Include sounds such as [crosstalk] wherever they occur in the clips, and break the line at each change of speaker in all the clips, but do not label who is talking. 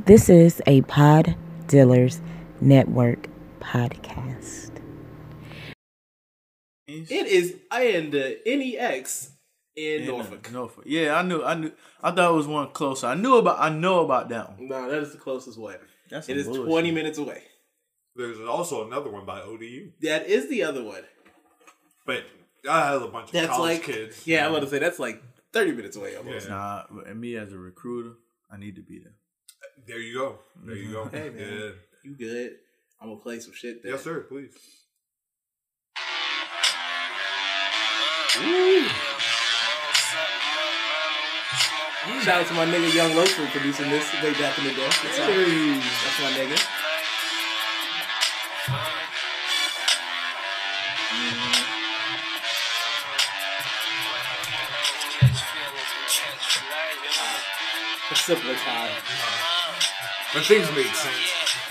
This is a Pod Dealers Network podcast.
It is uh, in the NEX E in
Yeah,
Norfolk.
no- Norfolk. Yeah, I knew. I knew. I thought it was one closer. I knew about. I know about that one.
No, that is the closest way.
That's
it
some
is
bullshit.
20 minutes away.
There's also another one by ODU,
That is the other one.
but I have a bunch of
That's
college
like
kids.
Yeah, I want to say that's like 30 minutes away almost.
Yeah.
Nah, and me as a recruiter, I need to be there.
There you go. There you go.
Mm-hmm. Hey, man.
Yeah.
You good? I'm gonna play some shit. There.
Yes, sir. Please.
Shout out to my nigga Young Loaf for producing this way back in the day. That's, all. That's my nigga. A simpler time.
But things make sense,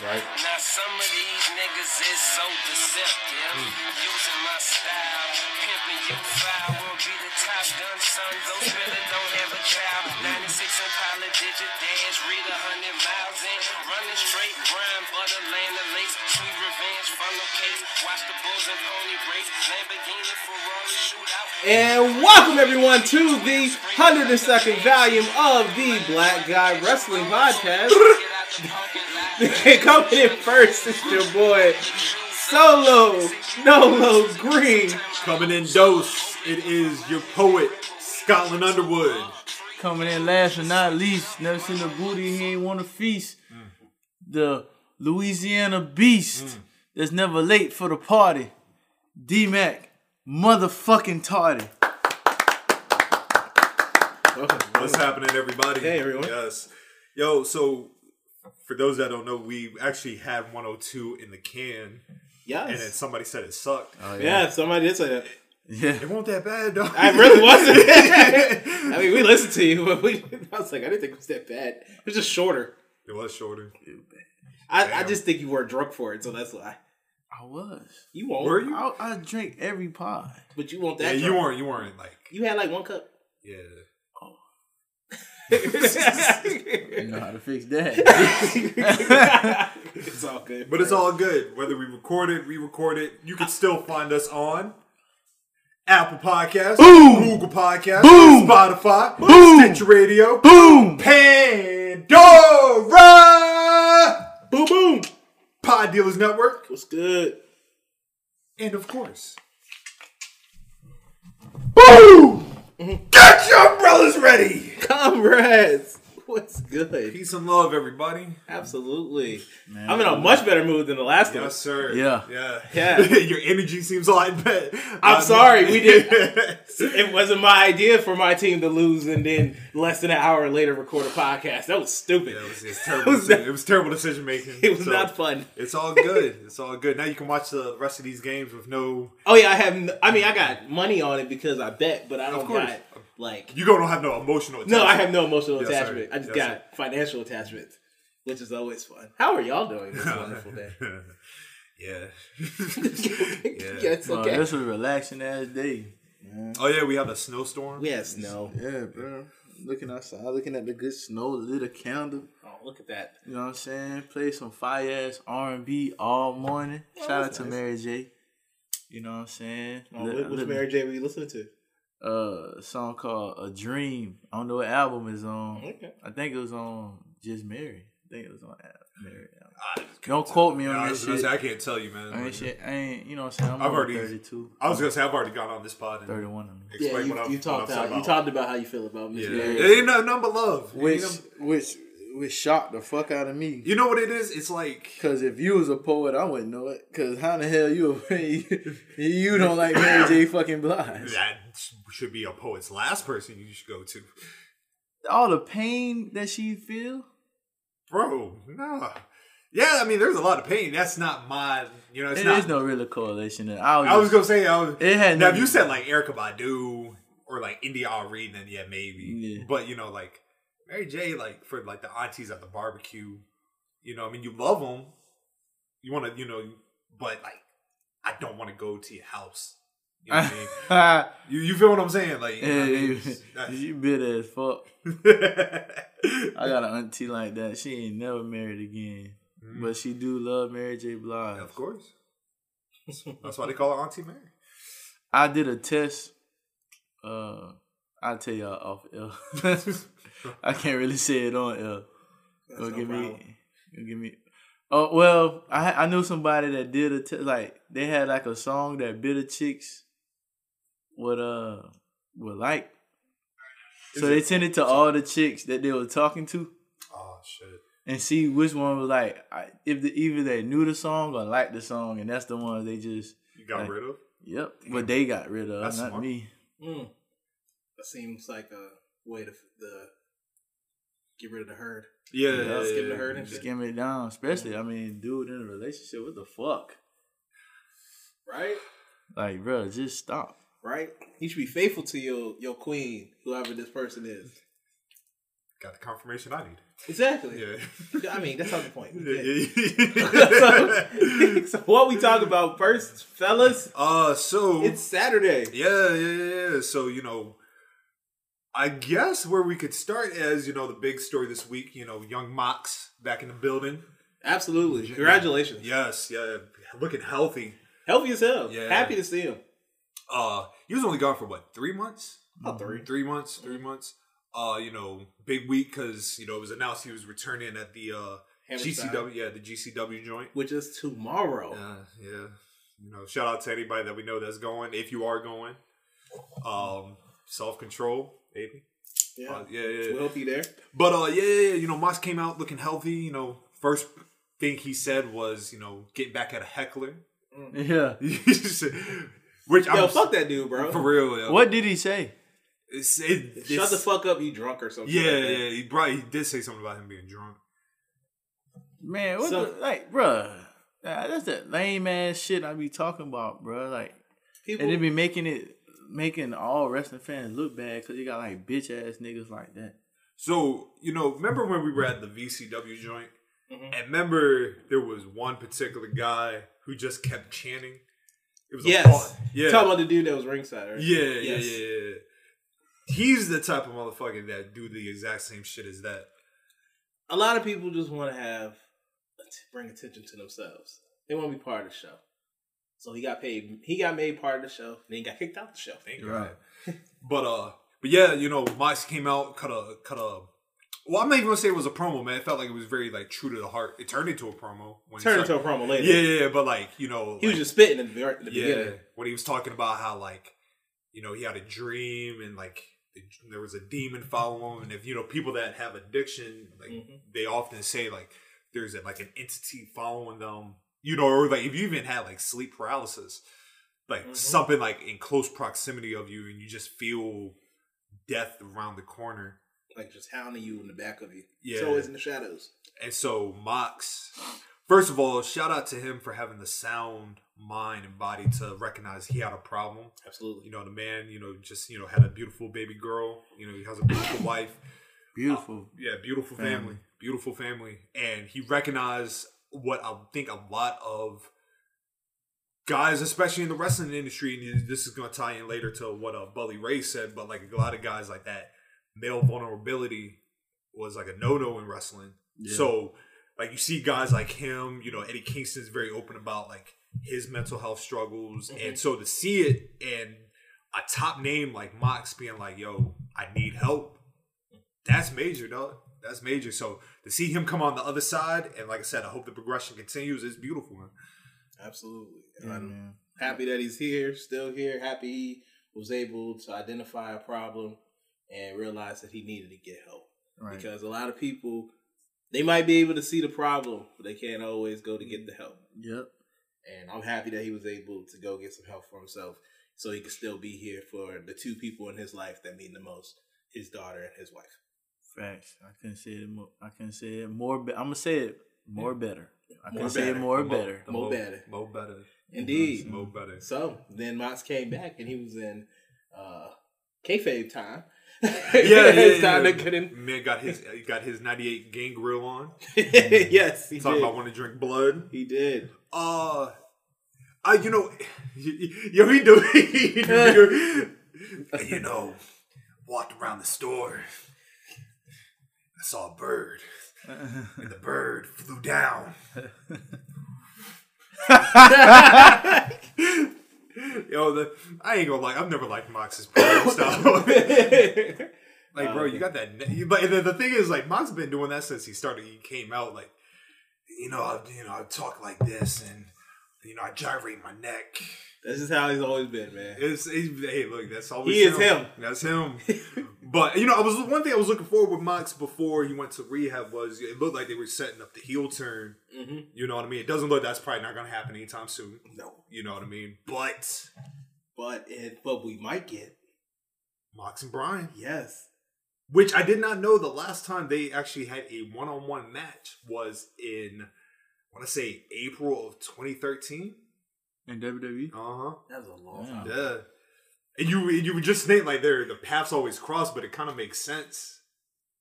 right?
Now some of these niggas is so deceptive. Using my style, pimping you foul. Won't be the top gun, son. Those really don't have a job. 96 Impala, did your dance? Read a hundred miles in. Running straight, grind, butter, land of lace. Sweet revenge, funnel case. Watch the bulls and pony race. Lamborghini, Ferrari, shootout.
And welcome everyone to the 102nd volume of the Black Guy Wrestling Podcast.
Get out the parking lot.
[laughs] Coming in first is your boy Solo Nolo Green.
Coming in dose, it is your poet, Scotland Underwood.
Coming in last but not least, never seen a booty he ain't want to feast.
Mm.
The Louisiana beast that's never late for the party. D Mac, motherfucking tardy.
What's happening, everybody?
Hey, everyone.
Yes. Yo, so for those that don't know, we actually had 102 in the can, and then
Yes.
somebody said it sucked.
Yeah, somebody did say that.
Yeah.
It won't that bad, though.
I really wasn't.
[laughs]
I mean, we listened to you, but we, I was like, I didn't think it was that bad. It was just shorter.
It was shorter.
I, I just think you were drunk for it, so that's why.
I was.
You won't.
Were you?
I, I drink every pod.
But you won't
Yeah,
that
you
drunk.
weren't. You weren't like.
You had like one
[laughs]
cup.
Yeah.
You know how to fix
[laughs]
that.
it's all good.
But it's all good. Whether we record it, re-record it, you can still find us on Apple Podcasts, Google Podcasts, Spotify, Stitcher Radio,
Boom!
Pandora, boom boom, Pod Dealers Network,
What's good?
and of course, boom. Get your umbrellas ready.
Comrades! What's good?
Peace and love, everybody.
Absolutely. I'm in a much better mood than the last one.
Yes, sir.
Yeah.
yeah,
Yeah.
[laughs] your energy seems a lot better. Uh,
I'm sorry, we
[laughs]
It wasn't my idea for my team to lose and then less than an hour later record a podcast. That was stupid.
Yeah,
[laughs]
it was, it's terrible.
was not-
it was terrible decision making.
[laughs] it was
So,
not fun.
It's all good. It's all good. Now you can watch the rest of these games with no.
Oh yeah, I have. n- I mean, I got money on it because I bet, but I don't
course.
got like.
You don't have no emotional.
No, I
attachment.
have no emotional
Yes, sir.
attachment. I just
Yes,
got financial attachment, which is always fun. How are y'all doing this wonderful
[laughs]
day?
[laughs] Yeah.
[laughs] yes,
Oh,
okay.
This was a relaxing ass day.
Oh yeah, we had a snowstorm.
We had snow.
Yeah, bro. Looking outside, looking at the good snow lit a candle.
Oh, look at that.
You know what I'm saying? Play some fire ass R and B all morning. Shout out to Mary J. You know what I'm saying?
Oh,
Li-
which- which
li-
Mary J were you listening to?
Uh, a song called "A Dream." I don't know what album is on.
Okay.
I think it was on Just Mary. I think it was on Al- Mary. album. Don't quote me
Ah, Yeah, I,
on that
was gonna
shit.
say, I can't tell you, man.
I ain't shit. I ain't. You know what I'm saying? I'm
I've
over
already-
32,
I was gonna say I've already gone on this pod and
31 of me.
explained
yeah, you,
what I'm
you
what
talked
I'm
out. You
about.
talked about how you feel about Miss
Yeah.
Mary.
It ain't nothing nothing but love. It
Which,
ain't nothing-
which, which shocked the fuck out of me.
you know what it is? It's like
Cause if you was a poet, I wouldn't know it. Cause how in the hell you [laughs] you, you don't like Mary J. Fucking Blige?
that should be a poet's last person you should go to,
All the pain that she feel.
bro. Nah. Yeah, I mean, there's a lot of pain. That's not my. You know, it's
There is
not
no real correlation. there. I was,
I was gonna say I was,
It had
now if
nothing-
you said like Erica Badu or like India Ari, then yeah, maybe.
Yeah.
But you know, like Mary J, like for like the aunties at the barbecue, you know, I mean, you love them, you want to, you know, but like I don't want to go to your house
You know what I
[laughs]
mean?
You, you feel what I'm saying? Like, you know what I mean?
Hey,
It's-
you bitter as fuck.
that's-
I got an auntie like that. She ain't never married again, but she do love Mary J. Blige. [laughs]
Mm-hmm. [laughs] of course. That's why they call her Auntie Mary.
I did a test. Uh, I'll tell y'all off L. [laughs] I can't really say it on L. Go
no
give
problem.
me. Go give me. Oh well, I I knew somebody that did a test. Like they had like a song that bitter chicks would uh would like. So they sent it to all the chicks that they were talking to
Oh, shit.
and see which one was like I, if the, either they knew the song or liked the song, and that's the one they just
You got
Like-
rid of?
yep. But they got rid of
That's
not
smart.
me.
Mm. That seems like a way to the get rid of the herd.
Yeah.
yeah, skip the herd and
Just
shit.
skim it down, especially I mean, dude in a relationship, what the fuck?
Right?
Like, bro, just stop.
Right? You should be faithful to your your queen, whoever this person is.
Got the confirmation I need.
Exactly.
Yeah.
I mean, that's not
[laughs]
the point.
[laughs]
[laughs]
Yeah.
so, [laughs] so what we talk about first, fellas?
[laughs] uh, so
It's Saturday.
yeah, yeah, yeah. So you know, I guess where we could start as you know the big story this week. You know, young Mox back in the building.
Absolutely. Congratulations.
Yes, yeah, looking healthy.
Healthy as hell.
Yeah.
Happy to see him.
Uh, he was only gone for what three months?
About three.
Three months. Three months. Uh, you know, big week because you know it was announced he was returning at the uh
Hammerstein.
GCW. Yeah, the GCW joint.
Which is tomorrow.
Yeah, yeah. You know, shout out to anybody that we know that's going. If you are going, um, self control, maybe.
Yeah.
Uh, yeah, yeah.
We'll help you there.
But uh, yeah, yeah, yeah. You know, Moss came out looking healthy. You know, first thing he said was, you know, getting back at a heckler, [laughs]
Mm.
Yeah.
which
Yo,
I'm
fuck that dude, bro.
for real. Yeah.
What did he say?
It's, it, it's,
Shut the fuck up, you drunk or something.
Yeah,
like that.
yeah. He probably he did say something about him being drunk.
Man, what
So-
the like, bruh. Nah, That's that lame ass shit I be talking about, bruh. Like,
People,
and they be making it, making all wrestling fans look bad because you got like bitch ass niggas like that.
So you know, remember when we were at the VCW joint,
Mm-hmm.
and remember there was one particular guy who just kept chanting. It was
Yes.
a bot. yeah,
Talking about the dude that was ringside, right?
yeah,
Yes.
yeah, yeah, yeah. He's the type of motherfucker that do the exact same shit as that.
A lot of people just want to have bring attention to themselves. They want to be part of the show. So he got paid. He got made part of the show. Then he got kicked out the show.
Thank God. but uh, but yeah, you know, Mox came out, cut a, cut a. Well, I'm not even gonna say it was a promo, man. It felt like it was very like true to the heart. It turned into a promo. When it
Turned into
started-
a promo later.
Yeah, yeah, yeah, but like you know,
He was
like-
just spitting at the, ver- at the
yeah,
beginning.
when he was talking about how like you know he had a dream and like the- there was a demon following him, and if you know people that have addiction, like they often say like there's like an entity following them, you know, or like if you even had like sleep paralysis, like something like in close proximity of you, and you just feel death around the corner.
Like just hounding you in the back of you.
Yeah.
It's always in the shadows.
And so Mox, first of all, shout out to him for having the sound mind and body to recognize he had a problem.
Absolutely.
You know, the man, you know, just, you know, had a beautiful baby girl. You know, he has a beautiful wife.
Beautiful.
Yeah, beautiful family.
Family.
Beautiful family. And he recognized what I think a lot of guys, especially in the wrestling industry, and this is going to tie in later to what uh, Bully Ray said, but like a lot of guys like that, male vulnerability was like a no no in wrestling. So, like, you see guys like him, you know, Eddie Kingston's very open about like his mental health struggles. And so to see it and a top name like Mox being like, yo, I need help that's major, dog. That's major. So to see him come on the other side, and like I said, I hope the progression continues. It's beautiful, man.
Absolutely. And I'm happy that he's here, still here. Happy he was able to identify a problem and realize that he needed to get help.
Right.
Because a lot of people, they might be able to see the problem, but they can't always go to get the help.
Yep.
And I'm happy that he was able to go get some help for himself so he could still be here for the two people in his life that mean the most his daughter and his wife.
Facts. I couldn't say it more. I couldn't say it more. Be- I'm gonna say it more better. I
More
can say it
better.
more better.
Mo better.
Mo better.
Indeed.
Mo
[laughs]
better.
So then Mox came back and he was in uh, kayfabe time.
Yeah,
[laughs]
yeah,
His
yeah.
time that
[laughs]
couldn't.
Man got his he got his ninety eight gang grill on.
yes, he
Talking
did.
about want to drink blood.
He did.
Uh I, you know, [laughs] yo, he do. he do- you know, walked around the store. I saw a bird, and the bird flew down. [laughs] yo, the, I ain't gonna lie. I've never liked Mox's promo style.
Oh,
like, bro, you got that. ne- you- But the, the thing is, like, Mox been doing that since he started. He came out like, you know, I, you know, I talk like this, and you know, I gyrate my neck.
[laughs] That's just how he's always been, man.
It's, it's- hey, look, that's always
He is him.
That's
[laughs]
him. but you know, I was one thing I was looking forward with Mox before he went to rehab was it looked like they were setting up the heel turn.
Mhm.
You know what I mean? It doesn't look that's probably not going to happen anytime soon.
No,
You know what I mean? But
but it, but we might get
Mox and Brian,
yes.
which I did not know the last time they actually had a one-on-one match was in I want to say April of 2013.
in E? WWE.
Uh huh.
That was a long
Yeah.
time.
Yeah. And you and you were just named like they're the paths always cross, but it kind of makes sense.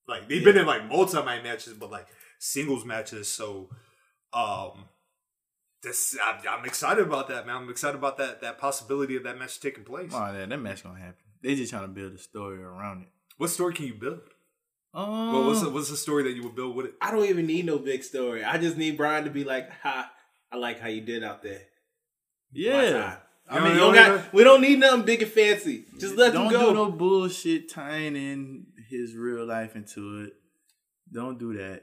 Like they've been in like multi-man matches, but like singles matches. So, um, this I'm, I'm excited about that, man. I'm excited about that that possibility of that match taking place.
Oh, that, that match gonna happen. They just trying to build a story around it.
What story can you build?
Um,
Well, what's the, what's the story that you would build with it?
I don't even need no big story. I just need Brian to be like, "Ha, I like how you did out there." My
yeah.
time.
You
I
know
mean, you
what
don't
I mean?
got, we don't need nothing big and fancy. Just let
Don't
him go.
do no bullshit tying in his real life into it. Don't do that.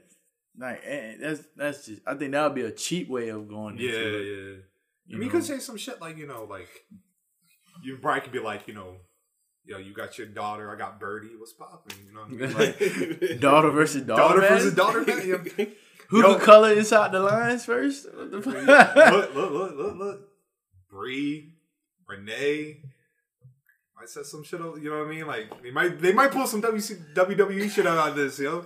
Like eh, that's that's just. I think that would be a cheap way of going.
Yeah,
into it.
yeah.
you
I mean, you
know?
could say some shit like you know, like you Brian could be like, you know, yo, you got your daughter, I got Birdie, what's popping? You know, what I mean? like
daughter versus [laughs] daughter.
daughter
man?
versus daughter. man,
[laughs]
yeah.
Who
Yo.
could color inside the lines first? What the fuck?
look, look, look, look, look. Bree, Renee. I said some shit. out- You know what I mean? Like they might, they might pull some WC, WWE E shit out of this. Yo,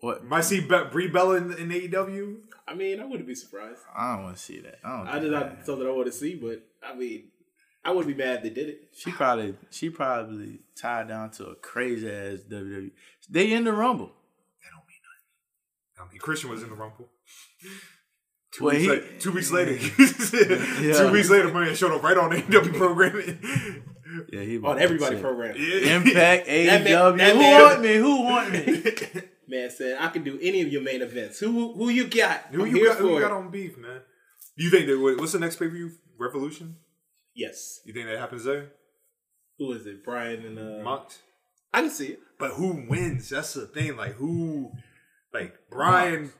what?
might see Be- Brie Bella in, in E AEW.
[laughs] I mean, I wouldn't be surprised.
I don't want to see that. I don't.
I
think
just
that.
not something I want to see, but I mean, I wouldn't be mad if they did it.
She probably she probably tied down to a crazy ass WWE. They in the rumble.
I mean, Christian was in the Rumble. Two,
Well,
weeks,
he-
la- two weeks later,
Yeah.
[laughs] two weeks later, man showed up right on
[laughs]
AEW programming.
Yeah, he
On everybody
said,
program,
[laughs] Impact
That man-
AEW.
that
Who
man-
want me? Who want me?
man said I can do any of your main events. Who who you got?
Who
I'm
you
here
got? Who
for
you got
it.
on beef, man? You think that what- what's the next pay per view? Revolution?
Yes.
You think that happens there?
Who is it? Brian and uh,
Mocked?
I can see it.
But who wins? That's the thing. Like who? Like Brian.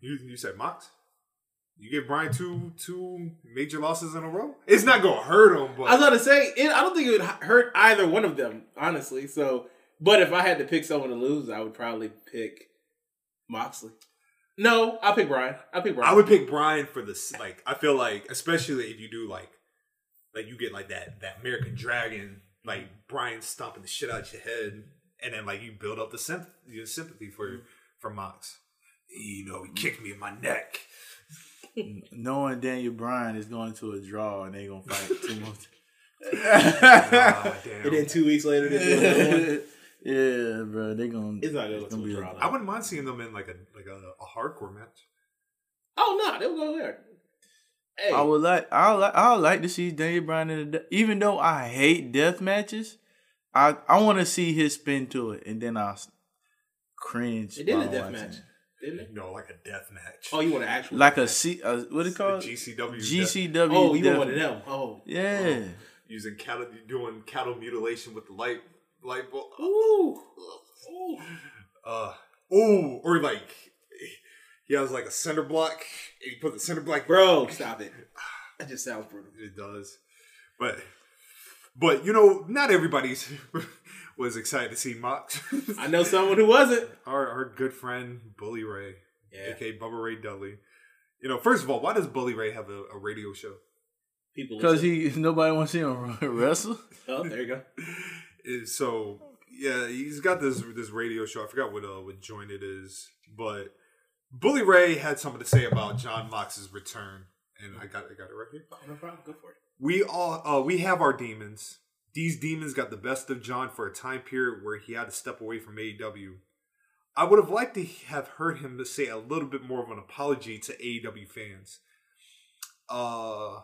You you said Mox. You give Brian two two major losses in a row. It's not gonna hurt him,
I was
but
about to say it, I don't think it would h- hurt either one of them, honestly. So, but if I had to pick someone to lose, I would probably pick Moxley. No, I'll pick Brian. I'll pick Brian.
I would pick Brian for this. Like I feel like, especially if you do like, like you get like that that American Dragon, like Brian stomping the shit out your head, and then like you build up the sympathy, your sympathy for
Mm-hmm.
for Mox. You know, he kicked me in my
[laughs]
neck.
[laughs] Knowing Daniel Bryan is going to a draw and they gonna fight two more. [laughs]
Ah, damn.
and then two weeks later, they do
[laughs]
another one.
yeah, bro, they gonna.
It's not gonna
it's
look too
be
drawn
a-
I wouldn't mind seeing them in like a like a, a hardcore match.
Oh no, they will go there. Hey,
I would like. I would like. I would like to see Daniel Bryan in. A, de- even though I hate death matches, I I want to see his spin to it, and then I'll s- cringe.
they did a
while
death
watching
match,
it.
didn't they?
No, like a death match.
Oh, you want an actual
Like a
death match.
C. A, what it
The
called?
GCW. death-
GCW.
Oh, you
death-
want one of them? Oh,
Yeah.
using cattle, doing cattle mutilation with the light, light bulb.
ooh, Oh. ooh.
Uh, oh, or like he has like a center block. And he put the center block.
bro, stop it. That just sounds brutal.
It does, but but you know, not everybody's [laughs] was excited to see Mox.
[laughs] I know someone who wasn't.
our our good friend Bully Ray,
Yeah,
aka Bubba Ray Dudley. You know, first of all, why does Bully Ray have a, a radio show?
people.
Because he [laughs] nobody wants to see him [laughs] wrestle.
Oh, there you go.
is- so yeah, he's got this this radio show. I forgot what uh, what joint it is, but Bully Ray had something to say about John Mox's return, and I got I got it right here.
Oh, no problem. Go for it.
We all uh, we have our demons. These demons got the best of John for a time period where he had to step away from AEW. I would have liked to have heard him to say a little bit more of an apology to AEW fans. E Uh,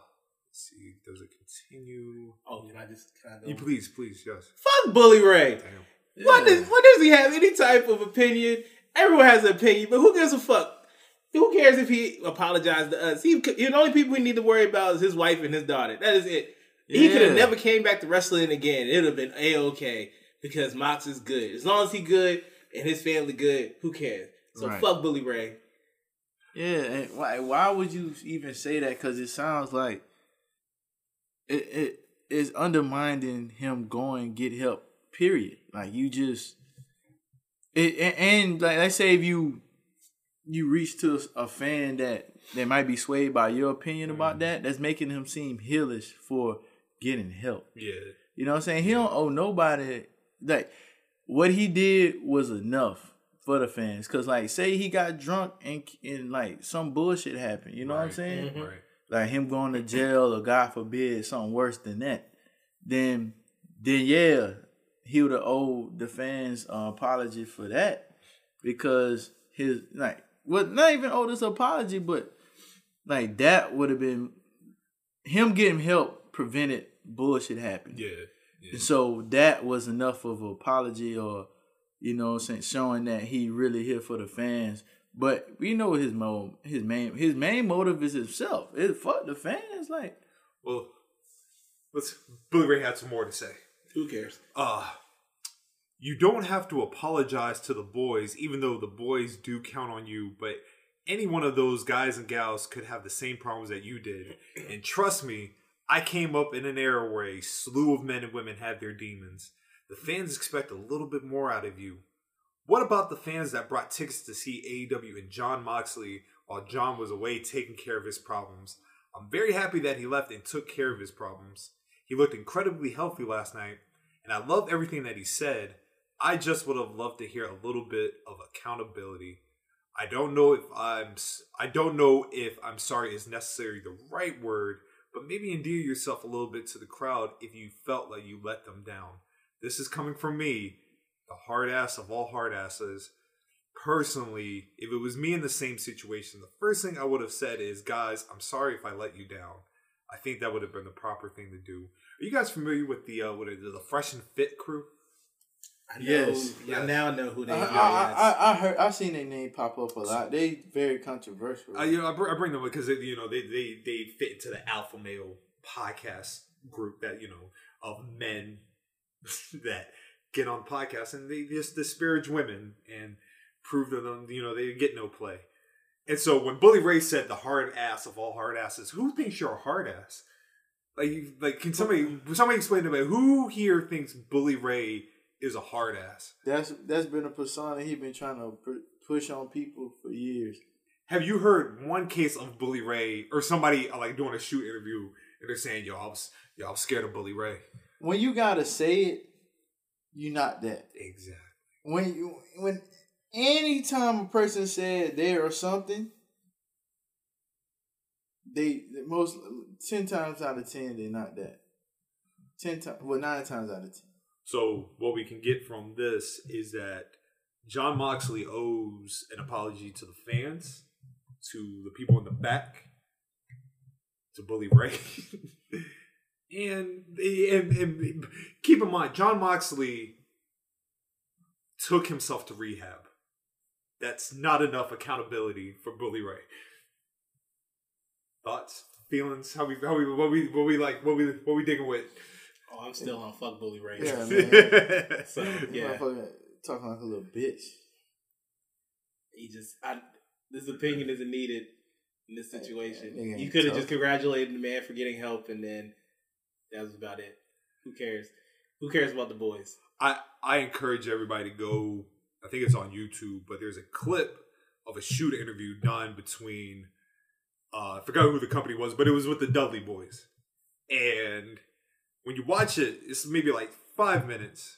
see, does it continue?
Oh, can I just kind of
You please, please, yes.
fuck Bully Ray?
Damn.
What does what does he have any type of opinion? Everyone has an opinion, but who gives a fuck? Who cares if he apologized to us? He, could- the only people we need to worry about is his wife and his daughter. That is it. He could have
Yeah.
never came back to wrestling again. It would have been a okay because Mox is good. As long as he good and his family good, who cares? So
Right.
fuck Bully Ray.
Yeah, and why why would you even say that? Because it sounds like it it is undermining him going get help. Period. Like you just it and, and like let's say if you you reach to a fan that that might be swayed by your opinion about that, that's making him seem heelish for getting help.
Yeah.
You know what I'm saying? He don't owe nobody. Like what he did was enough for the fans. Cause like say he got drunk and and like some bullshit happened. You know what I'm
Right. Mm-hmm.
saying?
Right.
Like him going to jail or God forbid something worse than that. Then then yeah, he would have owed the fans an apology for that because his like well not even owe this apology, but like that would have been him getting help prevented bullshit happening.
Yeah.
And so that was enough of an apology or, you know, what I'm saying, showing that he really here for the fans. But we know his mo his main his main motive is himself. It fuck the fans. Like
Well, let's. Billy Ray had some more to say.
Who cares?
Uh, you don't have to apologize to the boys, even though the boys do count on you, but any one of those guys and gals could have the same problems that you did. And trust me, I came up in an era where a slew of men and women had their demons. The fans expect a little bit more out of you. What about the fans that brought tickets to see AEW and John Moxley while John was away taking care of his problems? I'm very happy that he left and took care of his problems. He looked incredibly healthy last night, and I love everything that he said. I just would have loved to hear a little bit of accountability. I don't know if I'm s- I don't know if I'm sorry is necessarily the right word, but maybe endear yourself a little bit to the crowd if you felt like you let them down. This is coming from me, the hard ass of all hard asses. Personally, if it was me in the same situation, the first thing I would have said is, guys, I'm sorry if I let you down. I think that would have been the proper thing to do. Are you guys familiar with the uh, what is it, the Fresh and Fit crew?
I
Yes,
know- I
yes.
now know who they
I,
are.
I, I, I heard I seen their name pop up a lot. They very controversial.
I, Uh, you know, I, br- I bring them up because you know they, they they fit into the alpha male podcast group that you know of men [laughs] that get on podcasts and they just disparage women and prove to them you know they get no play. And so when Bully Ray said the hard ass of all hard asses, who thinks you're a hard ass? Like, you- like can somebody somebody explain to me who here thinks Bully Ray is a hard ass?
That's that's been a persona he been trying to pr- push on people for years.
Have you heard one case of Bully Ray or somebody uh, like doing a shoot interview and they're saying, "Yo, I was, yo, I was scared of Bully Ray."
When you gotta say it, you not that.
Exactly.
when you when anytime a person said there or something, they the most ten times out of ten they're not that. Ten times, well, nine times out of ten.
So what we can get from this is that John Moxley owes an apology to the fans, to the people in the back, to Bully Ray, [laughs] and, and and keep in mind John Moxley took himself to rehab. That's not enough accountability for Bully Ray. Thoughts, feelings, how we how we what we what we like what we what we digging with.
oh, I'm still on fuck Bully Ray.
Yeah, man.
[laughs] So,
so,
This
yeah.
motherfucker talking like a little bitch.
he just I, this opinion isn't needed in this
Yeah, yeah,
situation.
yeah,
You could have
tough.
just congratulated the man for getting help, and then that was about it. Who cares? Who cares about the boys?
I I encourage everybody to go. I think it's on YouTube, but there's a clip of a shoot interview done between uh, I forgot who the company was, but it was with the Dudley Boys. And when you watch it, it's maybe like five minutes,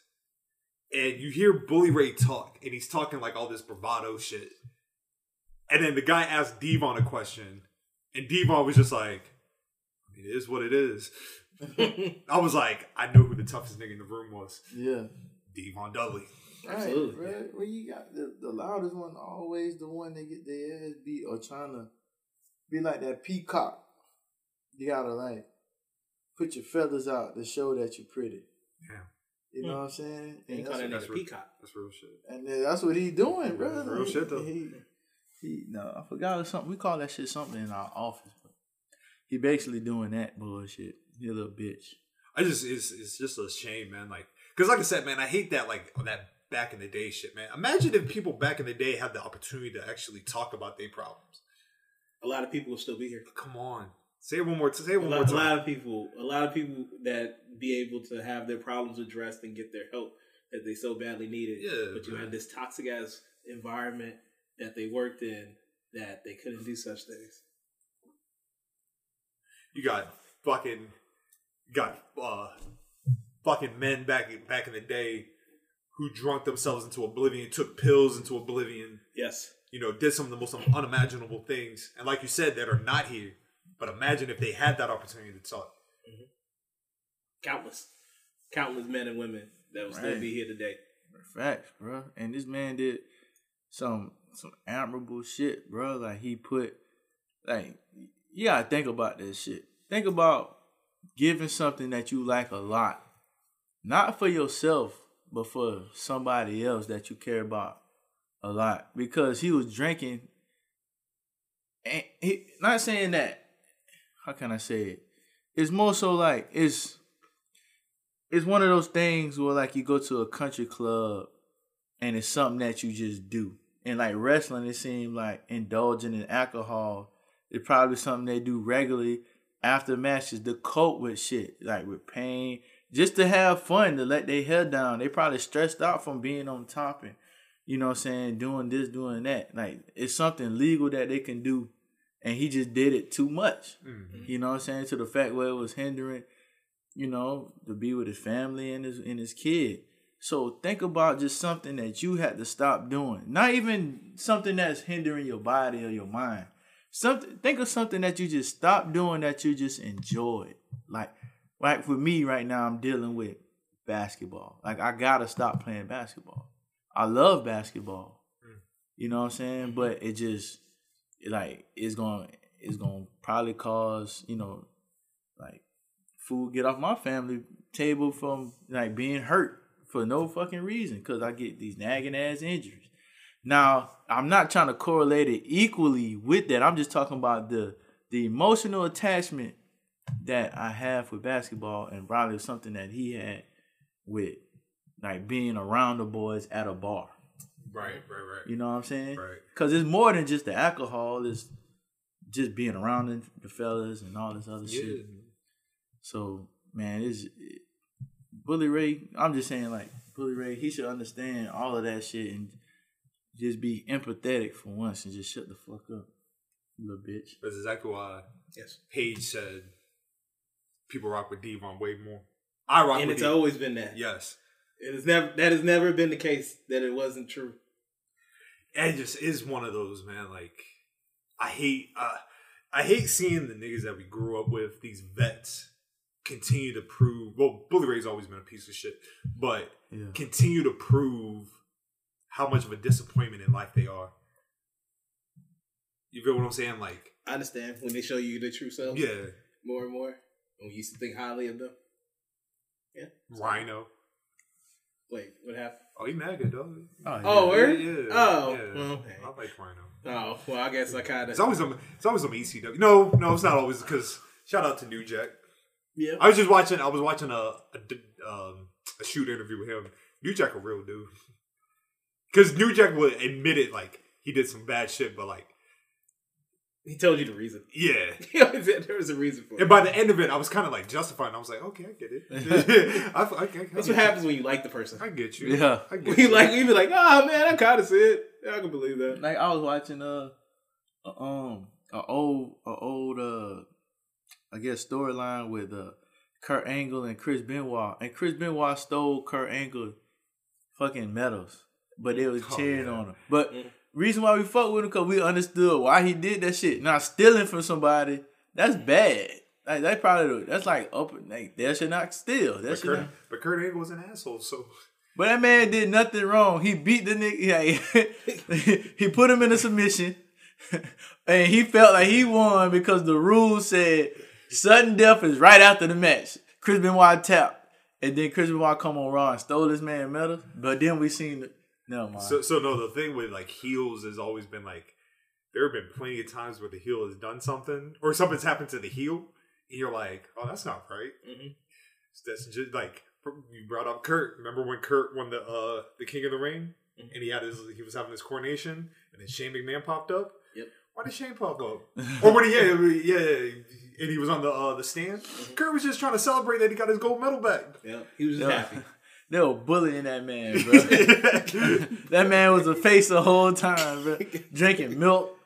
and you hear Bully Ray talk, and he's talking like all this bravado shit. And then the guy asked Devon a question, and Devon was just like, "It is what it is." I was like, "I know who the toughest nigga in the room was."
Yeah,
Devon Dudley.
Absolutely.
Right, right. Well, you got the, the loudest one always the one that get their ass beat or trying to be like that peacock. You gotta like
put your feathers out to show that you're pretty.
Yeah.
You
Hmm.
know what I'm saying?
He
And that's,
called that
what,
nigga
that's what-
Peacock.
That's real shit.
and then that's what he doing, bro.
Real shit, though.
He,
He, no, I forgot it's something. We call that shit something in our office. But he basically doing that bullshit. You little bitch.
I just it's it's just a shame, man. Like, because like I said, man, I hate that like that back in the day shit, man. Imagine if people back in the day had the opportunity to actually talk about their problems.
A lot of people will still be here.
Come on, say it one more. Say it
A
one
lot,
more
a lot
time.
of people, a lot of people that be able to have their problems addressed and get their help that they so badly needed.
Yeah,
but you
man.
had this toxic ass environment that they worked in that they couldn't do such things.
You got fucking you got uh fucking men back in back in the day who drunk themselves into oblivion, took pills into oblivion.
Yes,
you know, did some of the most unimaginable things, and like you said, that are not here. But imagine if they had that opportunity to talk.
countless, countless men and women that will still
Right.
be here today.
Facts, bro. And this man did some some admirable shit, bro. Like he put, like you gotta think about this shit. Think about giving something that you like a lot, not for yourself, but for somebody else that you care about a lot. Because he was drinking, and he not saying that. How can I say it? It's more so like it's it's one of those things where like you go to a country club and it's something that you just do. And like wrestling, it seemed like indulging in alcohol is probably something they do regularly after matches to cope with shit, like with pain, just to have fun, to let their head down. They probably stressed out from being on top and, you know what I'm saying, doing this, doing that. Like it's something legal that they can do. And he just did it too much. You know what I'm saying? To the fact where it was hindering you know, to be with his family and his and his kid. So think about just something that you had to stop doing. Not even something that's hindering your body or your mind. Something think of something that you just stop doing that you just enjoy. Like like for me right now I'm dealing with basketball. Like I gotta stop playing basketball. I love basketball. You know what I'm saying? But it just like it's gonna it's gonna probably cause, you know, like food get off my family table from like being hurt for no fucking reason because I get these nagging ass injuries. Now I'm not trying to correlate it equally with that. I'm just talking about the the emotional attachment that I have with basketball and probably something that he had with like being around the boys at a bar.
Right, right,
You know what I'm saying?
Right.
Because it's more than just the alcohol. It's just being around the- the fellas and all this other
Yeah.
shit. So man, it's it, Bully Ray. I'm just saying, like Bully Ray, he should understand all of that shit and just be empathetic for once and just shut the fuck up, you little bitch.
That's exactly why
Yes,
Paige said people rock with Devon way more. I rock
and
with
it's
Devon.
always been that.
Yes.
it has never that has never been the case that it wasn't true.
It just is one of those, man. Like, I hate, uh, I hate seeing the niggas that we grew up with, these vets, continue to prove. Well, Bully Ray's always been a piece of shit, but
Yeah.
continue to prove how much of a disappointment in life they are. You feel what I'm saying? Like,
I understand when they show you the true self.
yeah,
more and more. And we used to think highly of them.
Rhino.
Wait, what happened?
Oh, he mega dog.
Oh, yeah.
Oh,
Yeah,
word?
yeah,
Oh,
yeah.
okay.
I like Rhino.
Oh, well, I guess I kind
It's
of.
always on. It's always on ECW. No, no, it's not always because shout out to New Jack. [laughs]
Yeah.
I was just watching. I was watching a a, d- um, a shoot interview with him. New Jack a real dude. [laughs] Because New Jack would admit it, like he did some bad shit, but like,
He told you the reason.
yeah,
[laughs] He always said there was a reason for
And
it.
by the end of it, I was kind of like justifying. I was like, okay, I
[laughs]
get it. [laughs] I, okay, I get
That's
you.
what happens when you like the person. [laughs]
I get you.
Yeah.
I get
We
you.
like, we be like, oh man, I kind of see it. I can believe that.
Like I was watching a, a um a old a old uh I guess storyline with uh Kurt Angle and Chris Benoit and Chris Benoit stole Kurt Angle fucking medals, but they was
Oh,
cheering
yeah.
on him. But
Mm.
reason why we fuck with him because we understood why he did that shit. Now stealing from somebody that's bad. Like that probably the- that's like up like that should not steal. That
But
should
Kurt,
not.
but Kurt Angle was an asshole, so
But that man did nothing wrong. He beat the nigga. [laughs] like, [laughs] he put him [laughs] in a submission, and he felt like he won because the rules said Sudden death is right after the match. Chris Benoit tapped, and then Chris Benoit come on Raw and stole this man medal. But then we seen the, never mind.
So, so no, the thing with like heels has always been like there have been plenty of times where the heel has done something or something's happened to the heel, and you're like, oh, that's not right.
Mhm.
That's just like you brought up Kurt. Remember when Kurt won the uh the King of the Ring and he had his he was having his coronation and then Shane McMahon popped up.
Yep.
Why did Shane pop up? or when he yeah yeah, yeah and he was on the uh the stand. Kurt was just trying to celebrate that he got his gold medal back.
Yeah, he was just
Yeah.
happy.
They were bullying that man,
[laughs]
bro. [laughs] that man was a face the whole time, bro. Drinking milk.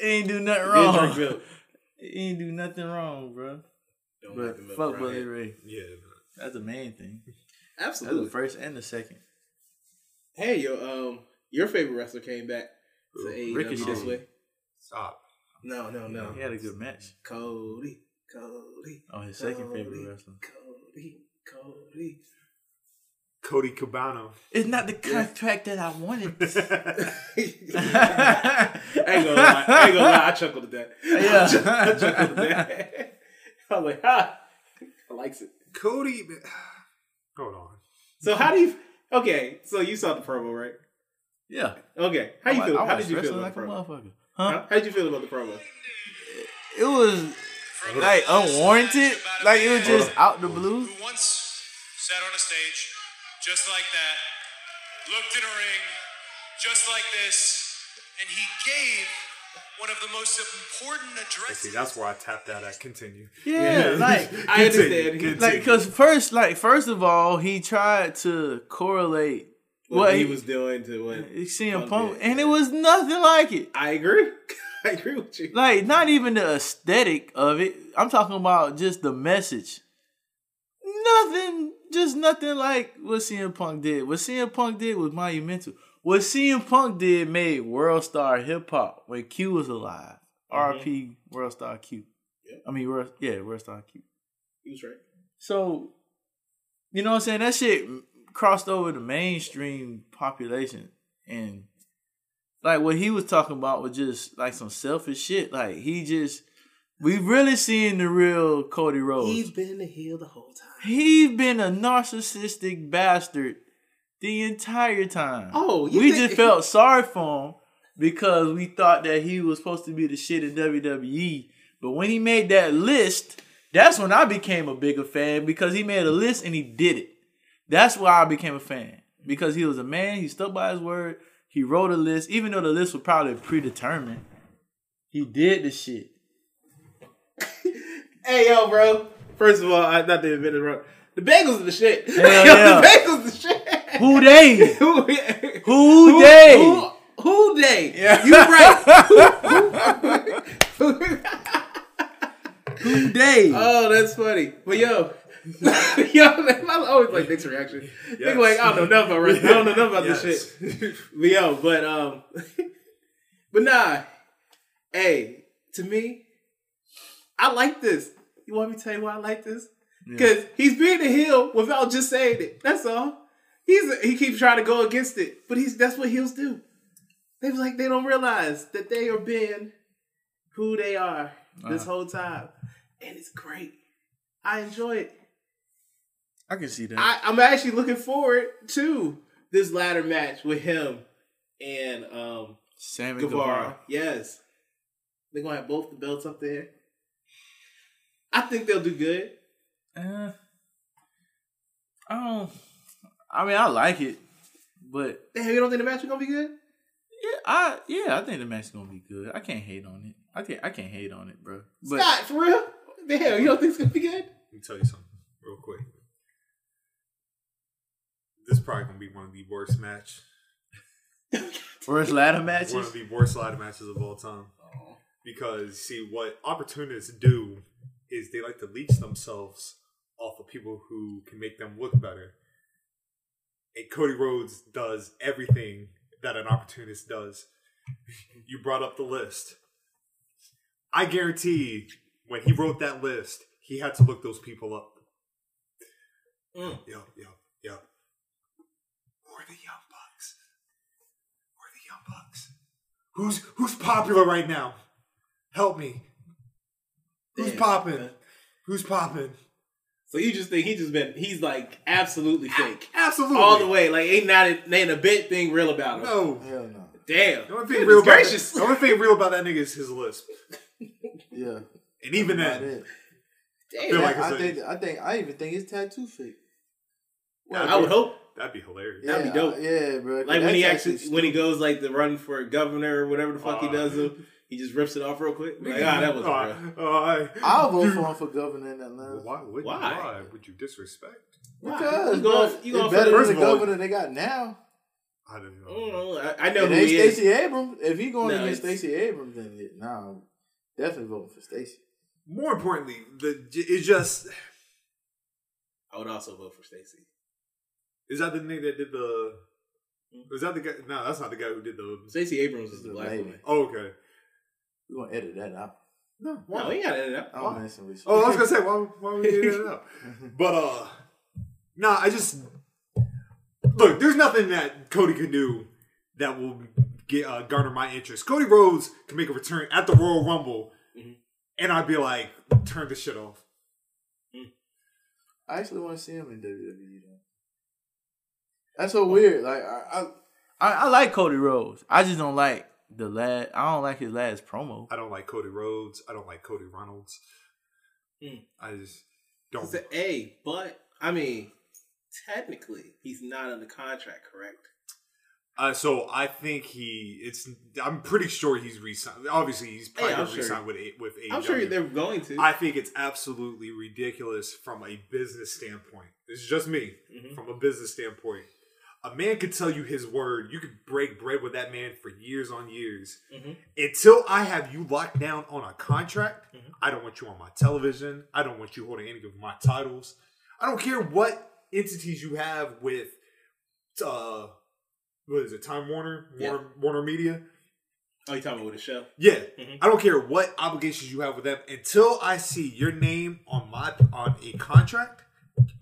He ain't do nothing
Didn't
wrong.
drink
[laughs]
milk.
He ain't do nothing wrong, bro.
Don't
But
drink the milk,
fuck
right?
Bully Ray.
yeah.
That's the main thing. That's the
Absolutely.
first and the second.
Hey, your um, your favorite wrestler came back to AEW
Ricochet.
this way.
Stop.
No, no, no.
He had a good match
Cody, Cody,
on Oh, his second favorite
Cody,
wrestler.
Cody, Cody.
Cody Cabano.
It's not the contract that I wanted.
[laughs] I ain't gonna lie. I ain't gonna lie. I chuckled at that. [laughs] I chuckled
yeah.
at that. [laughs] I was like, ha, I likes it.
Cody. Hold on.
So how do you? Okay, so you saw the promo, right?
[laughs] yeah.
Okay, how you
I-
feel?
I
How
watched
did you feel
wrestling
about
like
the
a
promo?
motherfucker.
Huh? How did you feel about the promo?
It was like unwarranted. Like it was just out the blue.
who once sat on a stage just like that, looked in a ring just like this, and he gave one of the most important
See,
addresses.
that's where I tapped that at. Continue.
Yeah, [laughs]
[laughs]
like
I
Continue,
understand.
continue.
like because first, like first of all, he tried to correlate
What,
what
he was doing to what?
CM
Punk
Punk,
did.
and it was nothing like it.
I agree. [laughs] I agree with you.
Like not even the aesthetic of it. I'm talking about just the message. Nothing, just nothing like what CM Punk did. What CM Punk did was monumental. What CM Punk did made world star hip hop when Q was alive. RP world star Q. I mean, world, yeah, world star Q.
He was right.
So, you know what I'm saying? That shit crossed over the mainstream population. And, like, what he was talking about was just, like, some selfish shit. Like, he just, we really seeing the real Cody Rhodes.
He's
He's,
been the heel the whole time.
been a narcissistic bastard the entire time.
Oh, you
we
think-
just felt sorry for him because we thought that he was supposed to be the shit in WWE. E. But when he made that list, that's when I became a bigger fan because he made a list and he did it. That's why I became a fan because he was a man. He stuck by his word. He wrote a list, even though the list was probably predetermined. He did the shit.
Hey yo, bro. First of all, I not the inventor, bro. The Bengals are the shit.
Hell
[laughs] Yo,
yeah.
The Bengals the shit.
Who they?
[laughs] Who,
Who they?
Who, who they? You right.
Who they?
[laughs] oh, that's funny. But yo, [laughs] yo, I always like Nick's reaction. Nick like, I don't know nothing about wrestling. I don't know nothing about this shit. [laughs] But yo, but um, [laughs] but nah, hey, to me, I like this. You want me to tell you why I like this? Because he's being a heel without just saying it. That's all. He's he keeps trying to go against it, but he's that's what heels do. They was like they don't realize that they are being who they are this whole time, and it's great. I enjoy it.
I can see that.
I, I'm actually looking forward to this ladder match with him and um,
Sammy
Guevara.
Guevara.
Yes, they're gonna have both the belts up there. I think they'll do good.
Uh, I don't. I mean, I like it, but
Damn, you don't think the match is gonna be good?
yeah, I yeah, I think the match is gonna be good. I can't hate on it. I can't. I can't hate on it, bro. But
Scott, for real? Damn, you don't think it's gonna be good?
Let me tell you something real quick. This is probably gonna be one of the worst match,
worst ladder
one of
matches.
the worst ladder matches of all time. Because see, what opportunists do is they like to leech themselves off of people who can make them look better. And Cody Rhodes does everything that an opportunist does. You brought up the list. I guarantee when he wrote that list, he had to look those people up.
Mm.
Yo, yo, yo. We're the Young Bucks. We're the Young Bucks. Who's who's popular right now? Help me. Who's
Damn.
popping? Who's popping?
So you just think he just been he's like absolutely fake.
Absolutely.
All the way. Like ain't not a, ain't a bit thing real about him.
No.
Hell no.
Damn.
The only, thing
Goodness
real about
gracious.
that, the only thing real about that nigga is his lisp.
Yeah.
And even
Not
then,
it.
I feel
Damn.
like it's
I
like-
think I think I even think his tattoo fake.
I would hope.
that'd be hilarious.
That'd be
Yeah,
dope.
I- yeah, bro. 'cause
Like when he
that's
actually
stupid.
when he goes like the run for governor or whatever the fuck he
Uh,
does, though, he just rips it off real quick. Like ah, that was real.
uh,
I'll vote for him for governor in Atlanta.
Why would
Why?
why? why would you disrespect?
Because
You going-
bro,
you
it's
going
better
for the-
than the
First of all-
governor they got now.
I don't know.
I don't know. Oh, I, I know
It
who he
ain't
is.
Stacey Abrams. If he going
No,
against
it's-
Stacey Abrams, then yeah, nah, I'm definitely voting for Stacey.
More importantly, the it just
I would also vote for Stacey.
is that the nigga that did the.
Mm-hmm.
Is that the guy? No, that's not the guy who did the.
Stacey Abrams is the
The
black
lady.
woman.
Oh, okay.
We're gonna edit that out.
No, why?
No, he got it out.
I'm messing with you.
Oh, I was gonna say why? Why would you do that? Up?
[laughs]
But uh, nah, I just look. There's nothing that Cody can do that will get uh, garner my interest. Cody Rhodes can make a return at the Royal Rumble,
Mm-hmm.
and I'd be like, turn this shit off.
I actually want to see him in
E,
WWE. Though. That's so weird. Like I,
I, I like Cody Rhodes. I just don't like the last. I don't like his last promo.
I don't like Cody Rhodes. I don't like Cody Reynolds.
Mm.
I just don't.
It's an A, but I mean, technically, he's not under contract, correct?
Uh, so I think he. It's. I'm pretty sure he's resigned. Obviously, he's probably
Oh, Yeah, I'm
gonna
sure.
resign with A- with AEW.
I'm sure they're going to.
I think it's absolutely ridiculous from a business standpoint. This is just me from a business standpoint. A man could tell you his word. You could break bread with that man for years on years. Until I have you locked down on a contract, I don't want you on my television. I don't want you holding any of my titles. I don't care what entities you have with uh what is it, Time Warner?
Yeah.
Warner Warner Media.
oh, you talking about with the show?
Yeah, I don't care what obligations you have with them until I see your name on my on a contract.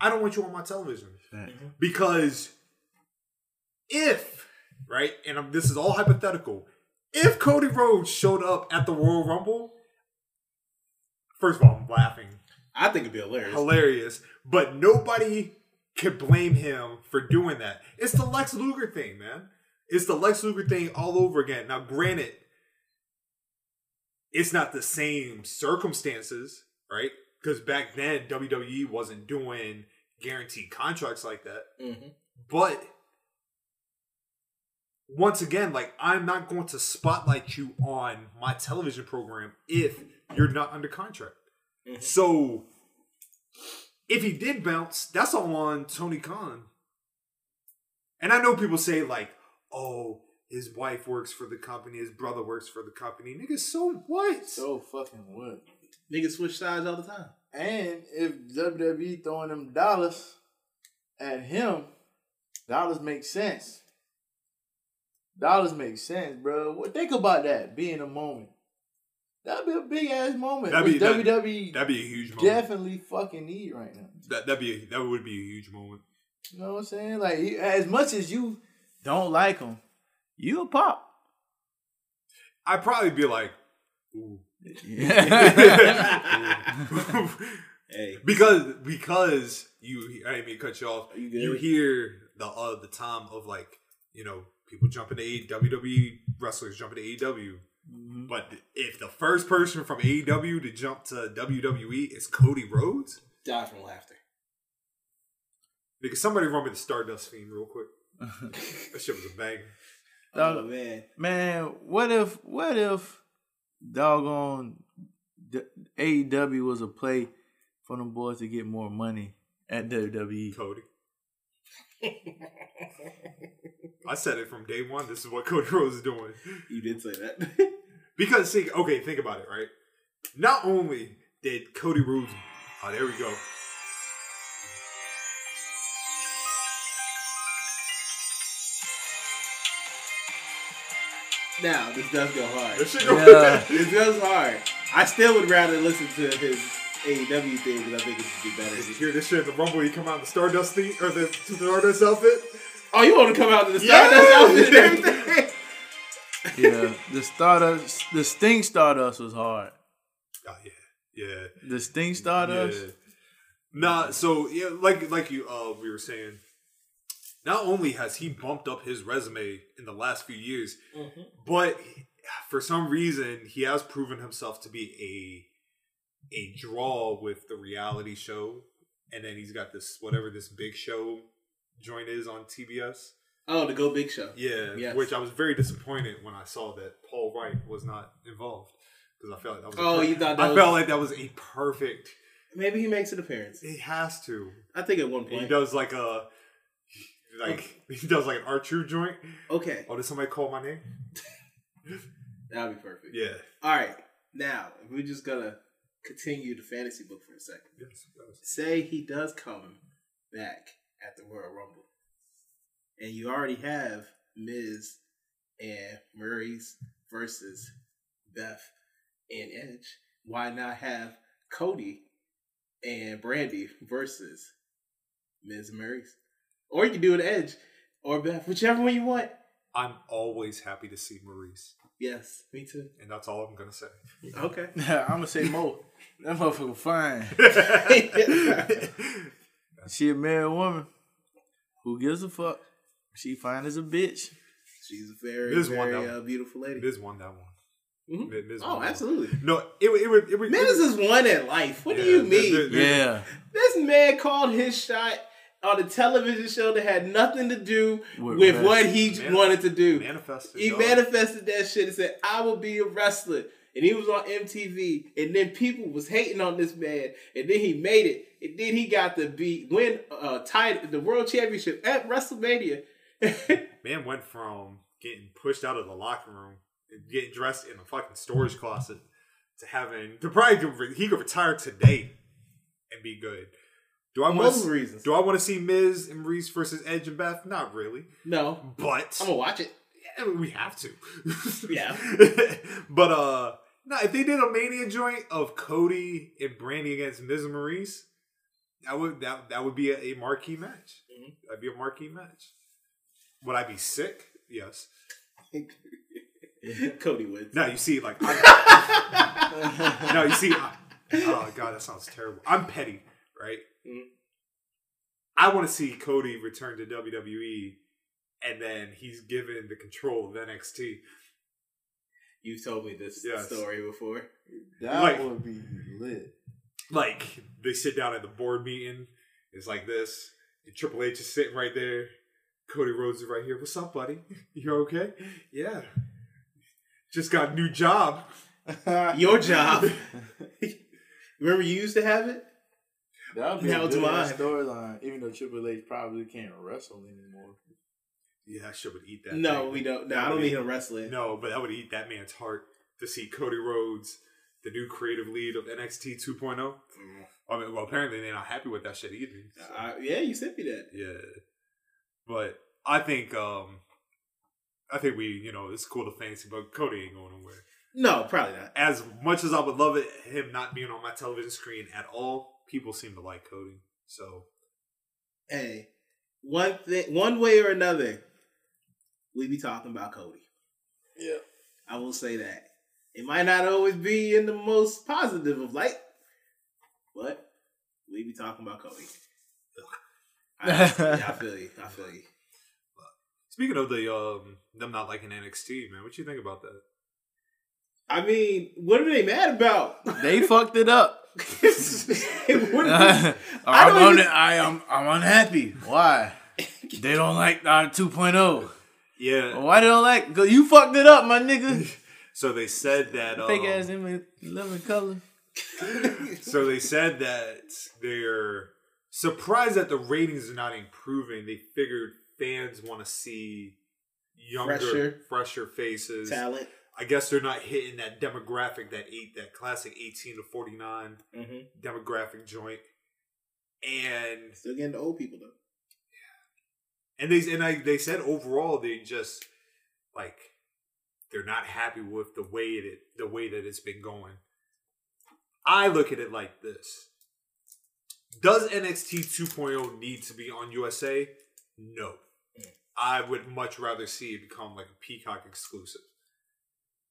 I don't want you on my television Mm-hmm. because if right, and I'm, this is all hypothetical. If Cody Rhodes showed up at the Royal Rumble, first of all, I'm laughing
I think it'd be hilarious.
hilarious, but nobody could blame him for doing that. It's the Lex Luger thing, man. It's the Lex Luger thing all over again. Now, granted, it's not the same circumstances, right? Because back then WWE wasn't doing guaranteed contracts like that.
Mhm.
But once again, like I'm not going to spotlight you on my television program if you're not under contract. So if he did bounce, that's all on Tony Khan. And I know people say like, "Oh, his wife works for the company, his brother works for the company." Nigga, so what?
so fucking what?
Niggas switch sides all the time.
And if WWE throwing them dollars at him, dollars make sense. Dollars make sense, bro. Well, think about that being a moment. That'd be a big ass moment.
That'd
which
be- that'd-
WWE
that'd be a huge moment.
definitely fucking need right now.
that that'd be a, that would be a huge moment.
You know what I'm saying? Like he- as much as you,
Don't like him. You a
[laughs]
[laughs]
pop.
I'd probably be like, [laughs] Ooh.
Hey,
because because you I didn't mean to cut you off.
you
You,
good?
hear the uh, the time of like you know people jumping to AEW, WWE wrestlers jumping to AEW. But if the first person from AEW to jump to WWE is Cody Rhodes,
die from laughter.
because somebody run me the Stardust theme real quick. that shit was a bang.
Oh man,
Man, what if what if
[laughs]
doggone D- AEW was a play for them boys to get more money at E. WWE?
Cody. I said it from day one. This is what Cody Rhodes is doing.
[laughs] you did say that. [laughs]
Because see, okay, think about it, right? Not only did Cody Rhodes, oh, there we go.
now this does go
That
hard.
shit go-
Yeah.
This goes hard. I still would rather listen to his AEW thing because I think it should be
Did you
better.
hear this shit? The rumble, he come out in the Stardust thing or the Stardust outfit.
Oh, you want to come out to the
Yeah.
start of this outfit and [laughs] everything?
yeah, the Stardust, the Sting Stardust was hard.
Oh yeah, Yeah.
This thing Stardust.
Yeah. Nah, so yeah, like like you uh we were saying, not only has he bumped up his resume in the last few years, but for some reason he has proven himself to be a a draw with the reality show, and then he's got this whatever this big show joint is on TBS.
Oh, the Go Big Show.
Yeah,
Yes.
which I was very disappointed when I saw that Paul Wright was not involved because I felt like that was a
Oh,
per-
you thought that
I
was-
felt like that was a perfect.
Maybe he makes an appearance.
It has to.
I think at one
And he
point.
does like a like he does like an R True joint.
Okay,
Oh, did somebody call my name?
that'll be perfect.
Yeah.
All right, now if we're just gonna continue the fantasy book for a second.
Yes, yes.
Say he does come back at the Royal Rumble, and you already have Miz and Murray's versus Beth and Edge. Why not have Cody and Brandy versus Miz and Murray's? Or you can do an Edge or Beth, whichever one you want.
I'm always happy to see Maurice,
Yes, me too.
and that's all I'm gonna say. [laughs]
[laughs] Okay.
[laughs] I'm gonna say Mo. That motherfucker fine. She a married woman. Who gives a fuck? She fine as a bitch.
She's a very,
Miz won
very
that
uh,
one.
beautiful lady.
Miz won that one.
Mhm.
Mi- Miz
Oh,
won that
absolutely.
one. No, it would. It would. It would it
Miz
would-
is one in life. What do
Yeah,
you
the-
mean?
the-
Yeah.
This man called his shot on a television show that had nothing to do with,
With
what he
Man-
wanted to do.
manifested.
he
dog.
manifested that shit and said, I will be a wrestler. And he was on MTV, and then people was hating on this man, and then he made it, and then he got to be win uh title the world championship at WrestleMania.
Man went from getting pushed out of the locker room, and getting dressed in a fucking storage closet, to having to probably could re- he could retire today and be good. Do I want
Multiple
to?
reasons.
Do I want to see Miz and Reese versus Edge and Beth? Not really,
No,
but
I'm gonna watch it. [laughs]
yeah, Eh, we have to. [laughs]
Yeah.
but uh, no, if they did a mania joint of Cody and Brandy against Miz and Maurice, that would that that would be a, a marquee match. That'd be a marquee match. Would I be sick? Yes.
Cody wins.
No, you see, like, I, no, you see, I, oh god, that sounds terrible. I'm petty, right?
Mhm.
I want to see Cody return to WWE, and then he's given the control of NXT.
You've told me this
Yes.
story before.
That
Like-
would be lit.
Like they sit down at the board meeting, it's like this, and Triple H is sitting right there. Cody Rhodes is right here. What's up, buddy? [laughs] You okay? Yeah. Just got a new job.
[laughs] Your job. [laughs] Remember, you used to have it.
That would be
Now
a
it's
good
mine.
storyline. Even though Triple H probably can't wrestle anymore.
Yeah, I should would eat that.
No,
thing.
we don't. No,
That
I don't
would
need
eat-
him wrestling.
No, but that would eat that man's heart to see Cody Rhodes, the new creative lead of NXT 2.0. oh.
Mm.
I mean, well, apparently they're not happy with that shit either. so,
I, yeah, you sent me that.
yeah, but I think um, I think we, you know, it's cool to fancy, but Cody ain't going nowhere.
No, probably not.
As much as I would love it, him not being on my television screen at all, people seem to like Cody. So
Hey, one thing, one way or another, we be talking about Cody.
Yeah.
I will say that it might not always be in the most positive of light, but we be talking about Cody. I, yeah, I feel you. I feel you.
speaking of the um, them not liking NXT, man, what you think about that?
I mean, what are they mad about? [laughs]
They fucked
[laughs]
it up. [laughs]
What are they-
I'm,
I don't
un-
even-
I am I'm unhappy. [laughs] Why? They don't like uh, our 2.0.
Yeah.
oh. Why they don't like? 'cause You fucked it up, my [laughs] nigga.
So they said that. Um,
Fake ass in living color.
So they said that they're surprised that the ratings are not improving. They figured fans want to see younger,
Fresher.
fresher, faces.
Talent.
I guess they're not hitting that demographic that eight that classic eighteen to forty nine
Mm-hmm.
demographic joint. And
Still getting the old people though.
and they and I, they said overall they just like they're not happy with the way that the way that it's been going. I look at it like this: Does NXT 2.0 need to be on USA? No. I would much rather see it become like a Peacock exclusive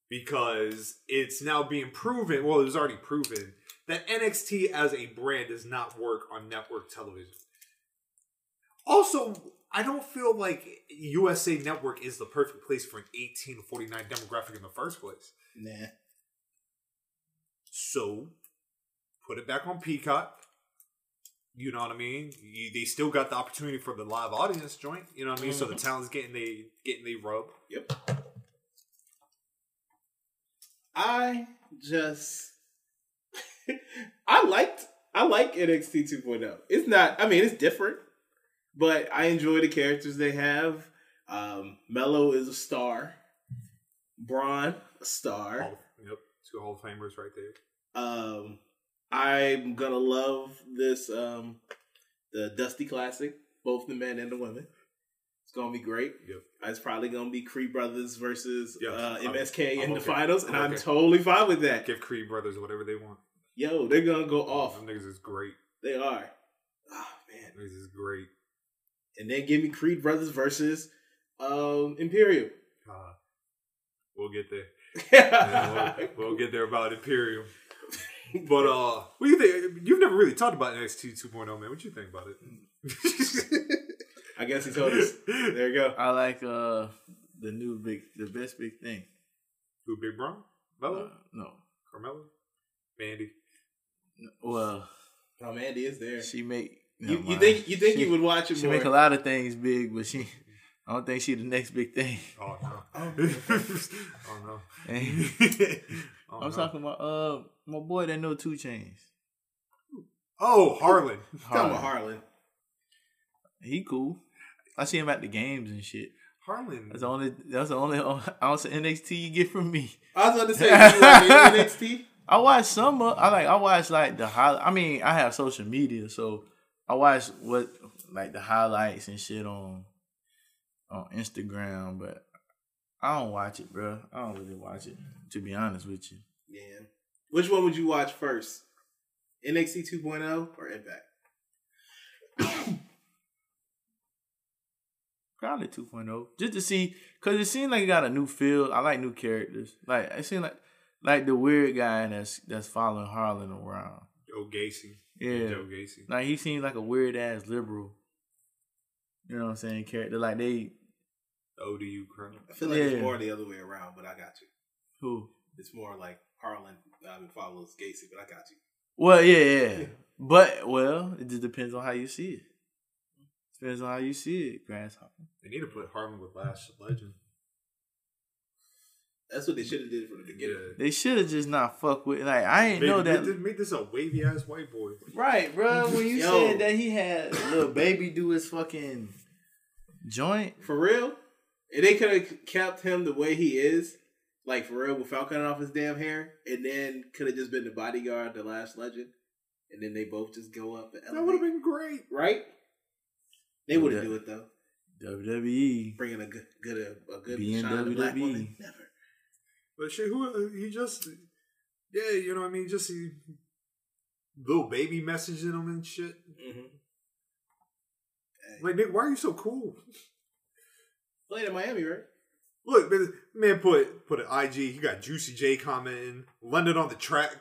because it's now being proven. Well, it was already proven that NXT as a brand does not work on network television. Also, I don't feel like USA Network is the perfect place for an 18 to 49 demographic in the first place.
Nah.
So, put it back on Peacock. You know what I mean? You, they still got the opportunity for the live audience joint. You know what I mean? So the talent's getting they getting they rub.
Yep. I just [laughs] I liked I like NXT 2.0. oh. It's not I mean it's different, but I enjoy the characters they have. Um Mello is a star. Braun, a star.
Hall- Yep, two Hall of Famers right there.
Um I'm gonna love this um the Dusty Classic, both the men and the women. It's gonna be great.
Yep.
It's probably gonna be Cree Brothers versus
Yeah,
uh,
I'm-
MSK in
I'm
the
okay.
finals, and
I'm
I'm
okay.
totally fine with that.
Give Creed Brothers whatever they want.
Yo, they're gonna go off.
Them niggas is great.
They are. Oh man.
Them niggas is great.
And then give me Creed Brothers versus um [laughs] Imperium.
Uh, we'll get there. Yeah,
I
we'll, we'll get there about Imperium. [laughs] But uh, what do you think? You've never really talked about NXT 2.0, oh, man. What you think
[laughs]
about it?
guess he told us. There you go.
I like uh the new big, the best big thing.
Who, Big Brown?
Uh,
Mello?
no,
Carmelo? Mandy?
well,
Oh man, Andy is there.
she make.
You,
never
you
mind.
think you think
she,
you would watch it
She
more?
make a lot of things big, but she. I don't think she the next big
[laughs]
thing.
Oh, no. [laughs] oh, no.
And
Oh,
I'm
no.
talking about uh my boy that know two chains.
Oh, Harlan.
Come on, Harlan.
He cool. I see him at the games and shit.
Harlan.
That's the only. That's the only [laughs] ounce of NXT you get from me.
I was about to say you like NXT.
I watch some. Of, I like. I watch like the high. I mean, I have social media, so I watch what like the highlights and shit on on Instagram. But I don't watch it, bro. I don't really watch it. To be honest with you,
Yeah. Which one would you watch first? NXT 2.0 or Impact?
probably 2.0 just to see because it seemed like it got a new feel. I like new characters. Like it seemed like like the weird guy that's that's following Harlan around.
Joe Gacy.
Yeah.
Joe Gacy.
Like he seemed like a weird ass liberal. You know what I'm saying? Character like they
ODU Colonel.
I feel like
Yeah.
it's more the other way around, but I got you.
who?
It's more like Harlan um, follows Gacy, but I got you.
Well, yeah, yeah. But well, it just depends on how you see it. Depends on how you see it, grasshopper.
They need to put Harlan with Last Legend.
That's what they should have did from the beginning.
They should have just not fuck with. Like I
Make,
didn't know
make
that.
this, make this a wavy ass white boy.
Right, bro. When you
Yo.
said that he had little baby do his fucking joint,
For real? If they could have kept him the way he is, like for real, without cutting off his damn hair, and then could have just been the bodyguard, the last legend, and then they both just go up and
That would have
elevate.
been great.
right? They wouldn't
Yeah.
do it though.
WWE.
Bringing a good, good a, good
Being
shine to black
WWE.
woman. Never.
But shit, who uh, he just yeah, you know what I mean? Just he, little baby messaging him and shit.
Mm-hmm.
Like, Nick, why are you so cool?
Played in Miami, right?
Look, man, man put put an IG. You got Juicy J commenting, London on the track.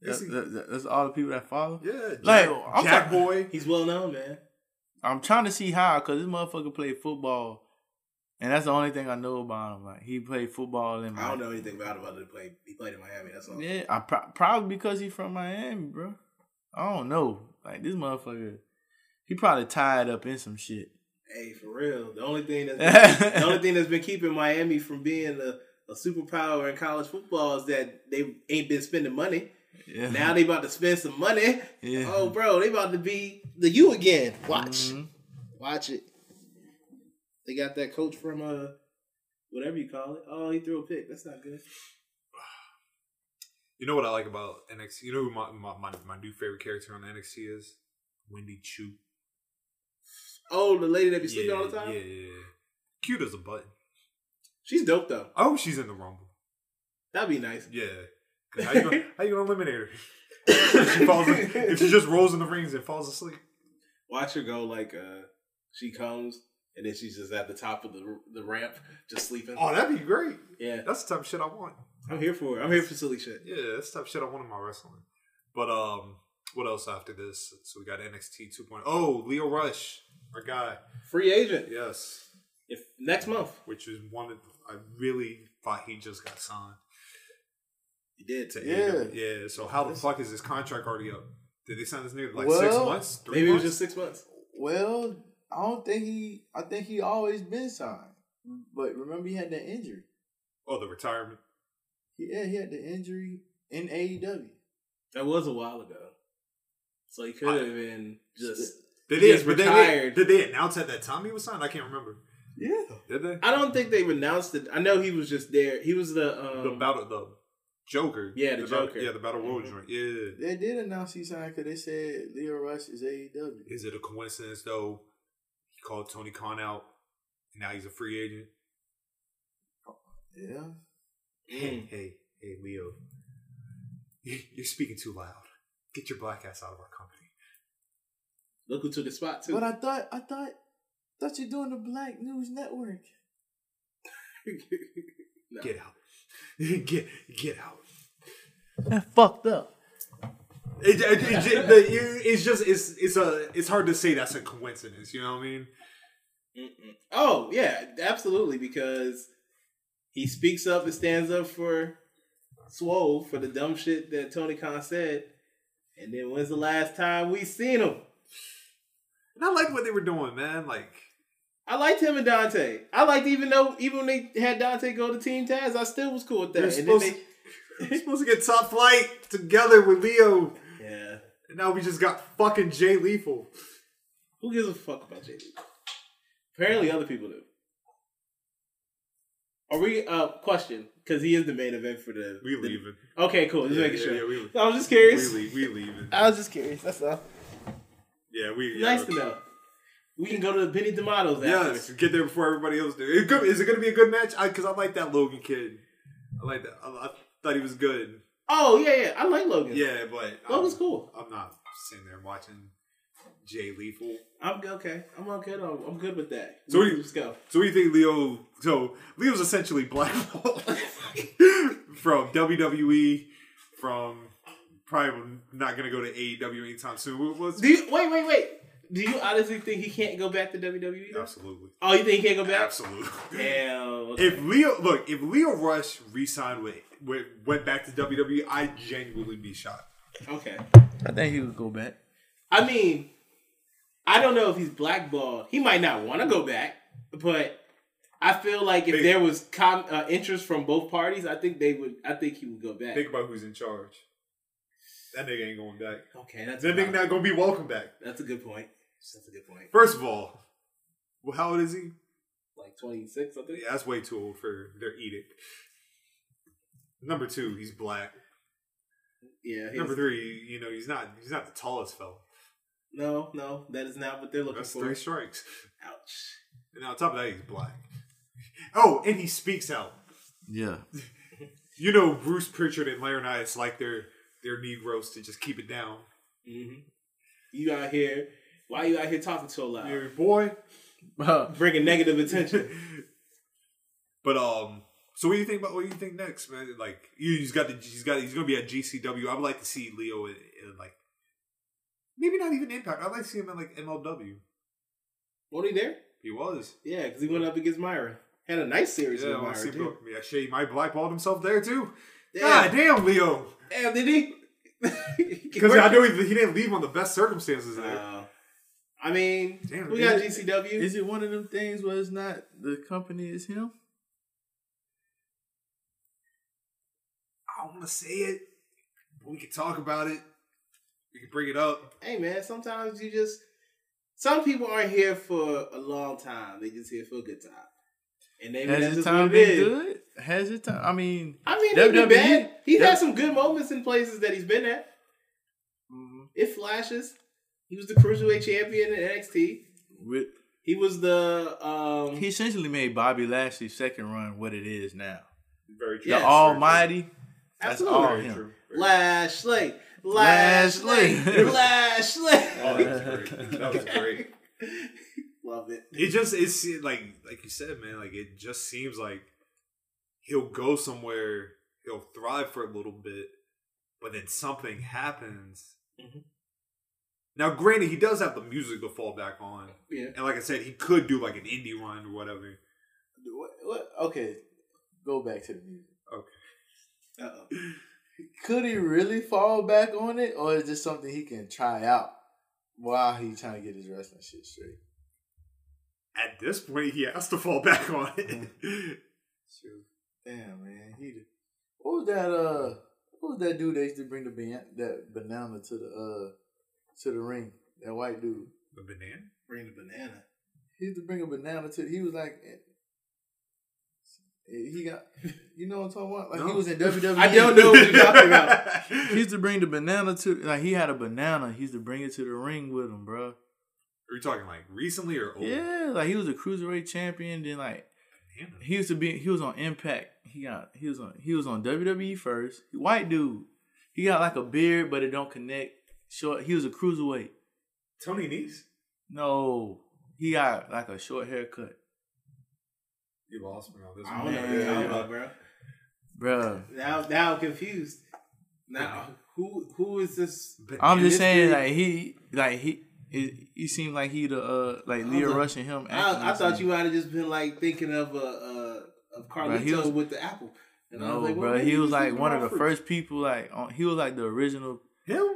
That's, that- that's all the people that follow.
Yeah, Jack,
Like, I'm
Jack
talking-
boy.
He's well known, man.
I'm trying to see how, cause this motherfucker played football, and that's the only thing I know about him. Like he played football in.
I don't know anything about him other than play. He played in Miami. That's all.
Yeah, I pro- probably because he's from Miami, bro. I don't know. Like this motherfucker, he probably tied up in some shit.
Hey, for real. The only thing
[laughs]
that's been, the only thing that's been keeping Miami from being a, a superpower in college football is that they ain't been spending money.
Yeah.
Now they about to spend some money.
Yeah.
Oh, bro, they about to be the you again. Watch,
Mhm.
watch it. They got that coach from uh, whatever you call it. Oh, he threw a pick. That's not good.
You know what I like about NXT? You know who my my, my, my new favorite character on NXT is? Wendy Chu.
Oh, the lady that be
Yeah,
sleeping all the time.
yeah, yeah. Cute as a button.
She's dope though.
I hope she's in the Rumble.
That'd be nice.
Yeah. 'Cause How you [laughs] gonna, how you gonna eliminate her? if, she falls,
[laughs]
if she just rolls in the rings and falls asleep.
Watch her go like uh, she comes and then she's just at the top of the the ramp, just sleeping.
Oh, that'd be great.
Yeah.
That's the type of shit I want.
I'm here for it. I'm here for silly shit.
Yeah, that's the type of shit I want in my wrestling. But um, what else after this? So we got NXT 2.0. Oh, Leo Rush, our guy.
Free agent.
Yes,
If next month.
which is one that I really thought he just got signed.
He did.
to
Yeah.
AEW. Yeah. So how the fuck is his contract already up? Did they sign this nigga like six
Well,
months? Three
Maybe it was just
months?
six months.
Well, I don't think he. I think he always been signed. But remember, he had that injury.
Oh, the retirement.
Yeah, he had the injury in E AEW.
That was a while ago. So he could have been just.
They
He
did,
just
but they
retired.
did, did they announce at that time he was signed? I can't remember.
Yeah.
Did they?
I don't think they renounced it. I know he was just there. He was the um,
the battle, the Joker.
Yeah, the
battle-
Joker.
yeah, the battle royal
Mhm.
joint. Yeah.
They did announce he signed because they said Leo Rush is E AEW.
Is it a coincidence though? He called Tony Khan out, and now he's a free agent.
Yeah.
mm,
Hey, hey, hey, Leo. You- You're speaking too loud. Get your black ass out of our company.
look who took the spot too.
But I thought, I thought, thought you're doing the Black News Network.
[laughs] No.
Get out. [laughs] get get out.
That fucked up.
It, it, it, it- the- you- it's just it's it's a it's hard to say that's a coincidence. You know what I mean?
Mm-mm. Oh yeah, absolutely. Because he speaks up and stands up for Swole for the dumb shit that Tony Khan said. And then when's the last time we seen him?
And I like what they were doing, man. Like
I liked him and Dante. I liked even though even when they had Dante go to Team Taz, I still was cool with
you're
that. And then
supposed,
they,
you're supposed to get top flight together with Leo,
yeah,
and now we just got fucking Jay Lethal.
who gives a fuck about JD? Apparently, other people do. Are we? Uh, question because he is the main event for the.
We
the-
leaving.
Okay, cool. Just
Yeah,
making
yeah,
sure.
yeah, we-
I was just
We
curious.
leave. We leaving.
I was just curious. That's all.
Yeah, we. Yeah,
nice
okay.
to know. We can go to the Benny D'Amato's after.
Yes, get there before everybody else do. It good, is it going to be a good match? Because I, like that Logan kid. I like that. I, I thought he was good.
Oh yeah, yeah. I like Logan.
Yeah, but
Logan's
I'm,
cool.
I'm not sitting there watching Jay Lethal.
I'm g- okay. I'm okay. though. I'm good with that.
So what do you-
let's go.
So what do you think Leo so Leo's essentially blackballed [laughs] from WWE from probably not gonna go to AEW anytime soon. What was
Do you wait? Wait? Wait? Do you honestly think he can't go back to WWE? though?
Absolutely.
Oh, you think he can't go back?
Absolutely.
Damn. okay.
If Leo look, if Leo Rush re-signed with, with went back to WWE, I genuinely be shocked.
Okay.
I think he would go back.
I mean, I don't know if he's blackballed. He might not want to go back, but I feel like if
Big-
there was com- uh, interest from both parties, I think they would. I think he would go back.
Think about who's in charge. That nigga ain't going back.
okay, that's a,
That nigga
valid-
not gonna be welcome back.
that's a good point. That's a good point.
First of all, well, how old is he?
Like twenty six, I think.
Yeah, that's way too old for their edict. Number two, he's black.
Yeah. he
Number
was-
three, you know, he's not he's not the tallest fella.
No, no, that is not what they're looking
That's
for.
three strikes.
Ouch.
And on top of that, he's black. Oh, and he speaks out.
Yeah.
You know, Bruce Pritchard and Larry Knight, it's like their their Negroes to just keep it down.
hmm You out here? Why you out here talking so loud?
Your boy.
bringing negative
[laughs]
attention.
But um, so what do you think about what do you think next, man? Like you, he's got the he's got he's gonna be at GCW. I would like to see Leo in, in like maybe not even Impact. I'd like to see him in like MLW.
Won't he there?
He was.
Yeah, because he went up against Myra. Had a nice series
Yeah, I
with
want to see
Myra
him go.
too.
Yeah, shit, he might blackballed himself there too.
Damn.
God damn, Leo.
Damn, did he? [laughs]
Because I know he, he didn't leave on the best circumstances there.
Uh, I mean,
Damn,
we got
is
GCW.
Is it one of them things where it's not the company is him?
I don't want to say it. But we can talk about it. We can bring it up.
hey man, sometimes you just some people aren't here for a long time. They just here for a good time. And maybe
Has
that's
his
just
time
what it
been
is.
good? Has his time? I mean,
I mean, he's
WWE
been bad. He's
Yeah.
had some good moments in places that he's been at.
Mm-hmm.
It flashes. He was the cruiserweight champion in NXT.
with
He was the um
he essentially made Bobby Lashley's second run what it is now.
Very true.
Yes.
the Almighty. That's
Absolutely.
all
Very
oh, him.
true.
Lashley.
Lashley. [laughs]
Lashley. Lashley.
Oh, that was
[laughs]
great. That was great.
Love it.
It just it's like like you said, man. Like it just seems like he'll go somewhere he'll thrive for a little bit, but then something happens.
Mm-hmm.
Now, granted, he does have the music to fall back on,
Yeah.
and like I said, he could do like an indie run or whatever.
What, what? Okay, go back to the music.
Uh-oh.
Could he really fall back on it, or is this something he can try out while he trying to get his wrestling shit straight?
At this point, he has to fall back on
Mm-hmm.
it.
Shoot. Damn, man. He. the- What was that? Uh, what was that dude that used to bring the ban- that banana to the uh to the ring? That white dude.
the banana.
Bring the banana.
He used to bring a banana to. He was like. eh, He got, [laughs] you know what I'm talking about? Like he
No.
was in E. WWE.
I don't know what you're
[laughs]
talking about.
He used to bring the banana to like he had a banana. He used to bring it to the ring with him, bro.
[laughs] Are you talking like recently or old?
Yeah, like he was a cruiserweight champion. Then like
Banana.
he used to be he was on Impact. He got he was on he was on WWE first. White dude. He got like a beard, but it don't connect. Short. He was a cruiserweight.
Tony Nese.
No, he got like a short haircut,
You lost me on this
I
one.
don't know what you're talking about, bro.
bro.
Now, now I'm confused. Now, who who is this?
Banana.
I'm just
this
saying,
dude-
like he, like he, it, he seemed like he the uh, like
I
Leo
was like-
Rush and him. acting
I, I
the
thought
same.
you might have just been like thinking of uh, uh of
Bro, he
Carlito
was-
with the apple. And I
No,
was like, well,
bro.
maybe
He was
he's
like
just
one of
raw
the
fruit.
first people. Like on, he was like the original.
him.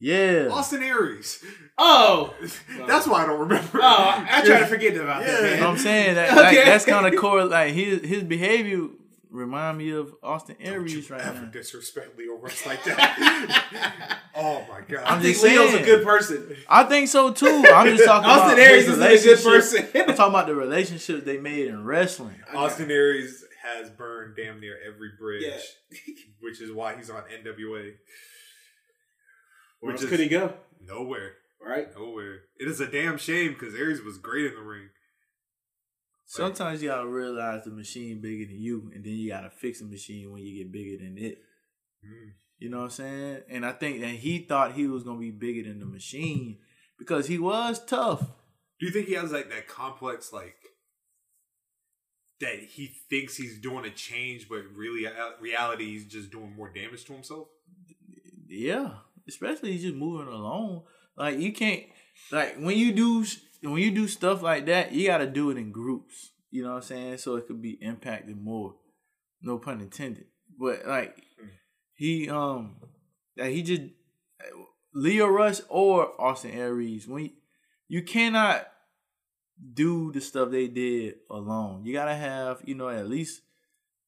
Yeah.
Austin Aries.
[laughs]
Oh,
[laughs] That's why I don't remember.
oh, I try to forget about that.
Yeah.
Man.
You know what I'm saying
[laughs]
that like,
Okay.
that's kind of core. Like his his behavior remind me of Austin
Don't you
Aries right
ever
now.
disrespect Leo
[laughs]
Rush like that. oh my god.
I'm
I
just
think Leo's a
saying.
good person.
I think so too. I'm just talking.
Austin
about
Aries
his
isn't a good
relationship-
person.
[laughs] I'm talking about the relationships they made in wrestling.
Austin Aries has burned damn near every bridge,
Yeah.
[laughs] which is why he's on NWA.
Where
Which
else could he
is
go?
nowhere,
Right?
nowhere. It is a damn shame because Aries was great in the ring.
Sometimes you gotta realize the machine bigger than you, and then you gotta fix the machine when you get bigger than it.
Mm.
You know what I'm saying? And I think that he thought he was gonna be bigger than the machine because he was tough.
Do you think he has like that complex like that he thinks he's doing a change, but really uh, reality he's just doing more damage to himself?
Yeah, especially just moving along. Like you can't, like when you do when you do stuff like that, you gotta do it in groups. You know what I'm saying? So it could be impacted more. No pun intended. But like he um like he just Leo Rush or Austin Aries when you, you cannot do the stuff they did alone. You gotta have you know at least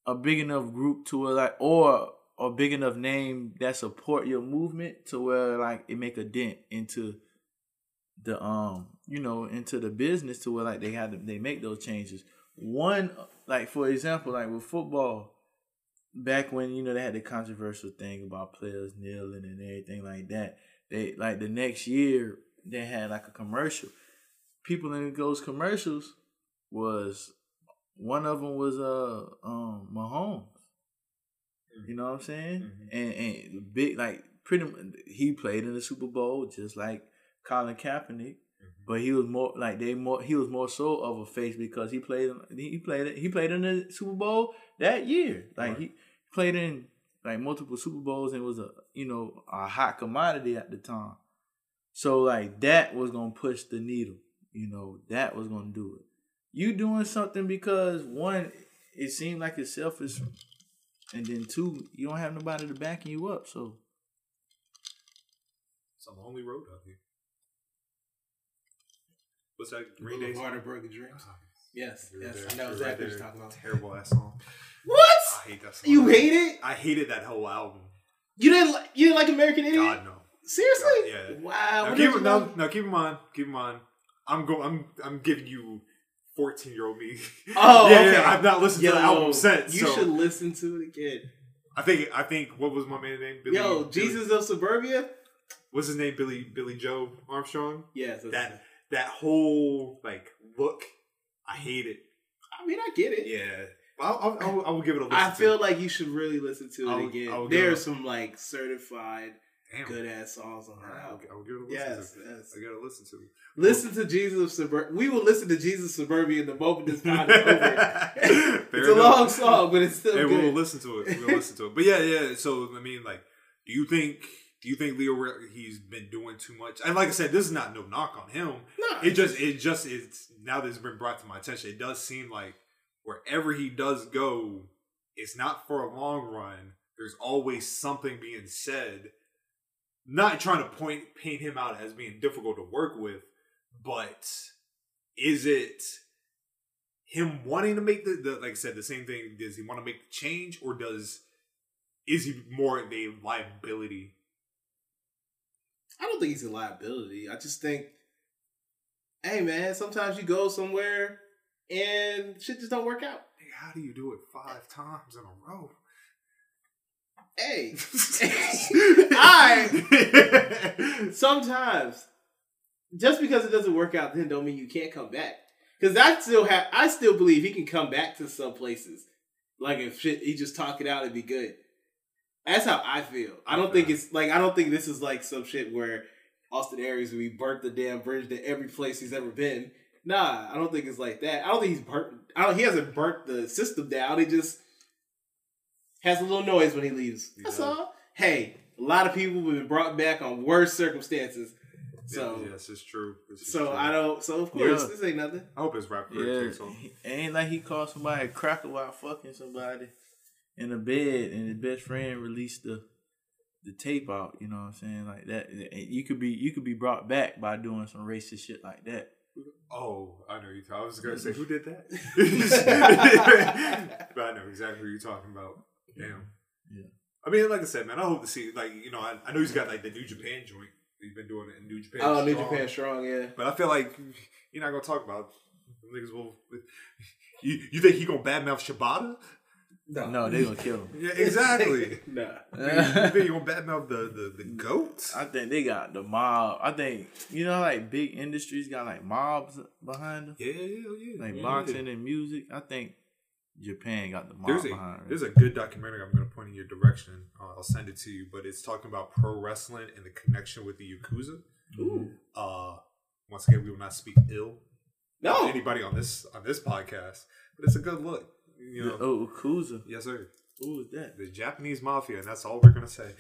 a big enough group to where like or a big enough name that support your movement to where like it make a dent into the um you know into the business to where like they had to they make those changes. One like for example like with football back when you know they had the controversial thing about players kneeling and everything like that. They like the next year they had like a commercial. People in those commercials was one of them was uh um Mahomes. You know what I'm saying? And and big like pretty mu- he played in the Super Bowl just like Colin Kaepernick, but he was more like they more he was more so of a face because he played he played he played in the Super Bowl that year. Like he played in like multiple Super Bowls and was a you know a hot commodity at the time. So like that was gonna push the needle. You know that was gonna do it. You doing something because one, it seemed like it's selfish, and then two, you don't have nobody to back you up. So
It's a lonely road out here. What's that? Green Day's Ah,
Boulevard of Broken Dreams. Yes,
You're
yes,
there.
I know
You're
exactly what
there.
you're talking about.
Terrible ass song.
What?
I hate that song.
You hate it?
I hated that whole album.
You didn't like you didn't like American Idiot?
God no.
Seriously?
Yeah, yeah.
Wow.
Now
what
keep,
did you
no,
know?
no, keep in mind. Keep in mind. I'm go. I'm. I'm giving you. Fourteen year old me.
Oh,
[laughs] [laughs] yeah,
okay.
yeah. I've not listened to the album since.
You
so
should listen to it again.
I think. I think. What was my man's name? Billy,
Yo,
Billy-
Jesus of Suburbia?
What's his name? Billy. Billy Joe Armstrong.
Yes. that's-
That. That whole like look. I hate it.
I mean, I get it.
Yeah. I'll, I'll, I'll, I will give it a listen.
I
to
feel
it.
like you should really listen to it
I'll-
again.
I'll
there
go.
are some like certified
Damn.
good ass songs on that
I'll,
album.
I'll give it a listen
Yes,
to.
yes.
I gotta listen to. it.
Listen to Jesus of Suburbia. We will listen to Jesus of Suburbia the moment this pod is
[laughs]
over.
Fair
it's a
enough.
long song, but it's still
Hey,
good.
we'll listen to it. We'll listen to it. But yeah, yeah. So I mean, like, do you think? Do you think Leo Re- he's been doing too much? And like I said, this is not no knock on him.
No,
It just it just it's now that it's been brought to my attention, it does seem like wherever he does go, it's not for a long run. There's always something being said. Not trying to point paint him out as being difficult to work with, but is it him wanting to make the, the like I said, the same thing, does he want to make the change or does is he more of a liability?
I don't think he's a liability. I just think, hey man, sometimes you go somewhere and shit just don't work out.
Hey, how do you do it five times in a row?
Hey, I sometimes just because it doesn't work out, then don't mean you can't come back. Because I still have, I still believe he can come back to some places. Like if shit, he just talk it out and be good. That's how I feel. I don't think it's like I don't think this is like some shit where Austin Aries we burnt the damn bridge to every place he's ever been. Nah, I don't think it's like that. I don't think he's burnt. I don't. He hasn't burnt the system down. He just has a little noise when he leaves. That's
Yeah.
all. Hey, a lot of people have been brought back on worse circumstances. So,
yes, it's true. This is
so
true.
I don't. So of course,
Yeah.
this ain't nothing.
I hope it's rap for
Yeah,
takes off.
he- ain't like he called somebody a cracker while fucking somebody in a bed, and his best friend released the the tape out. You know what I'm saying? Like that, And you could be you could be brought back by doing some racist shit like that.
Oh, I know you. I was gonna say who
[laughs]
did that, [laughs] but I know exactly who you're talking about. Damn.
Yeah.
I mean, like I said, man, I hope to see. Like, you know, I, I know he's got like the New Japan joint. He's been doing it in New Japan.
Oh, New
Strong.
Japan strong, yeah.
But I feel like you're not gonna talk about them niggas. Will you, you think he gonna badmouth Shibata?
No, they gonna kill him.
Yeah,
[laughs]
exactly.
[laughs] Nah.
you think you gonna badmouth the the, the goat?
I think they got the mob. I think you know, like big industries got like mobs behind them,
Yeah, yeah, yeah.
like
yeah.
boxing and music. I think Japan got the mob
There's a
behind.
there's
it.
a good documentary I'm going to point in your direction. Uh, I'll send it to you, but it's talking about pro wrestling and the connection with the yakuza.
Ooh.
Uh, once again, we will not speak ill of
No.
anybody on this on this podcast, but it's a good look. You know,
oh, Yakuza.
yes sir,
Who is that?
the Japanese mafia, and that's all we're going to say.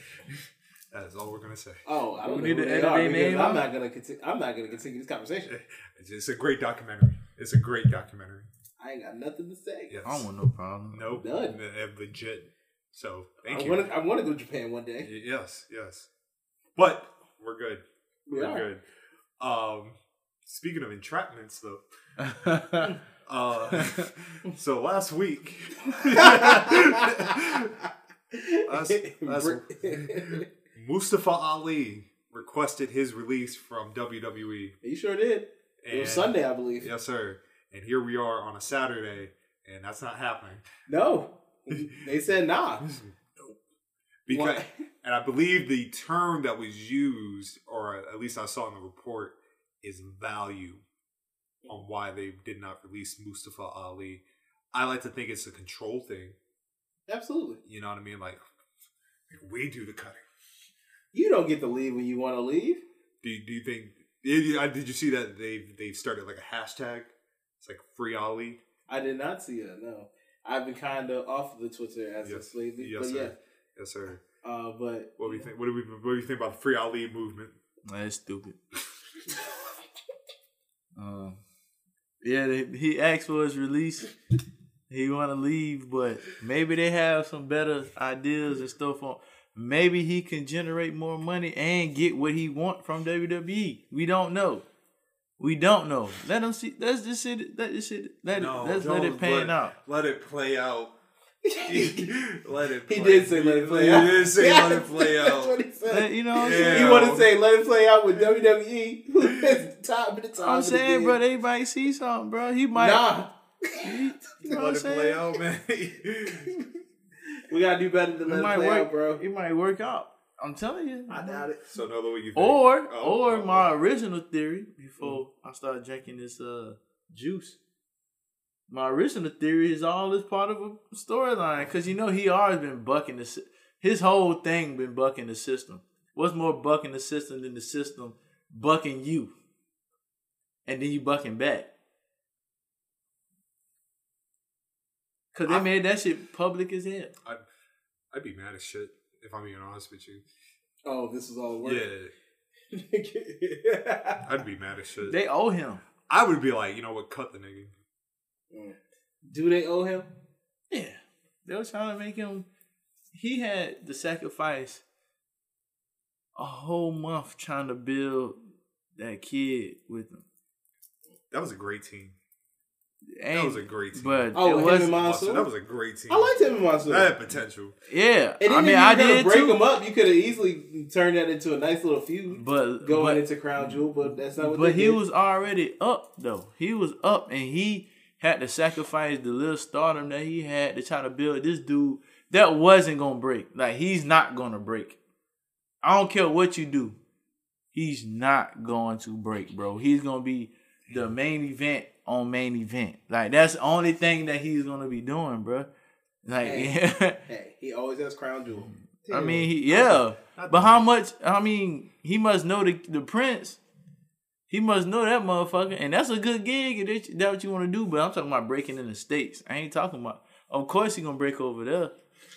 [laughs] that is all we're going to say. [laughs]
Oh, I don't
We need
know
to
who they
edit
are
their
because
name
I'm
out.
not gonna continue. I'm not gonna continue this conversation.
It's, it's a great documentary. It's a great documentary.
I ain't got nothing to say.
Yes.
I don't want no problem.
Nope.
None.
Eh, Legit. So thank
I
you.
want to. I want to go to Japan one
Y-
day.
Yes. Yes. But we're good.
We
We're
are. [laughs]
good. Um, speaking of entrapments,
[laughs]
though, uh, so
[laughs]
last week, That's- that's- [laughs]
[laughs]
Mustafa Ali requested his release from WWE.
you sure did. It
and-
was Sunday, I believe.
Yes, sir. And here we are on a Saturday, and that's not happening.
No, they said nah.
[laughs] Because, [laughs]
Why?
and I believe the term that was used, or at least I saw in the report, is value on why they did not release Mustafa Ali. I like to think it's a control thing.
Absolutely.
You know what I mean? Like we do the cutting.
You don't get to leave when you want to leave.
Do you, do you think? Did you, I- did you see that they they started like a hashtag? It's like free Ali.
I did not see that. No, I've been kind of off of the Twitter as
Yes,
of lately.
yes,
but
sir.
yeah.
Yes, sir.
Uh,
[laughs]
but
What do you think? What do we what do you think about the free Ali movement?
That's stupid. [laughs] um, yeah, they, he asked for his release. He want to leave, but maybe they have some better ideas and stuff on. Maybe he can generate more money and get what he want from WWE. We don't know. We don't know. Let him see. Let's just sit. Let this shit. Let
[laughs]
it. Let's let it
don't
pan out.
Let it play out. let it.
He
play-
did say let it play out.
He did say let it
Yes, [laughs]
play
That's
out.
what he said.
Let- you know. What I'm
Yeah.
saying?
You want to say let it play out with WWE? [laughs] It's time and the time.
I'm
and
saying,
again.
bro. They might see something, bro. He might.
Nah,
[laughs] You know what I'm
Let it
saying?
play out, man.
[laughs] we gotta do better
It
than let it
might
play
work,
out, bro.
It might work out. I'm telling you.
I doubt it.
so no, what you think?
Or
Oh,
or
oh, Mm.
my original theory before I started drinking this uh juice. My original theory is all is part of a storyline because you know he always been bucking the sy- his whole thing been bucking the system. What's more bucking the system than the system bucking you? And then you bucking back. Cause they made that shit public as hell.
I'd, I'd be mad as shit if I'm being honest with you.
Oh, this is all work.
Yeah,
[laughs]
I'd be mad as shit.
They owe him.
I would be like, you know what? Cut the nigga.
Do they owe him?
Yeah. They were trying to make him he had to sacrifice a whole month trying to build that kid with him.
That was a great team.
And-
was a great team.
But
Oh,
it
him
was
and Monsoon?
Monster, that was a great team.
I liked him in Monsoon.
that had potential.
yeah.
And then
I mean, I did
break
too.
them up. You could have easily turned that into a nice little feud
But but,
going into Crown Jewel, but that's not what.
but
they
he
did.
was already up though. He was up and he had to sacrifice the little stardom that he had to try to build this dude that wasn't gonna break. Like he's not gonna break. I don't care what you do. He's not going to break, bro. He's gonna be the main event on main event. Like that's the only thing that he's gonna be doing, bro. Like [laughs]
Hey, he always has Crown Jewel.
I mean, he, yeah. But how much? I mean, he must know the the prince. He must know that motherfucker, and that's a good gig. If that's, that's what you want to do, but I'm talking about breaking in the states. I ain't talking about. Of course, he gonna break over there.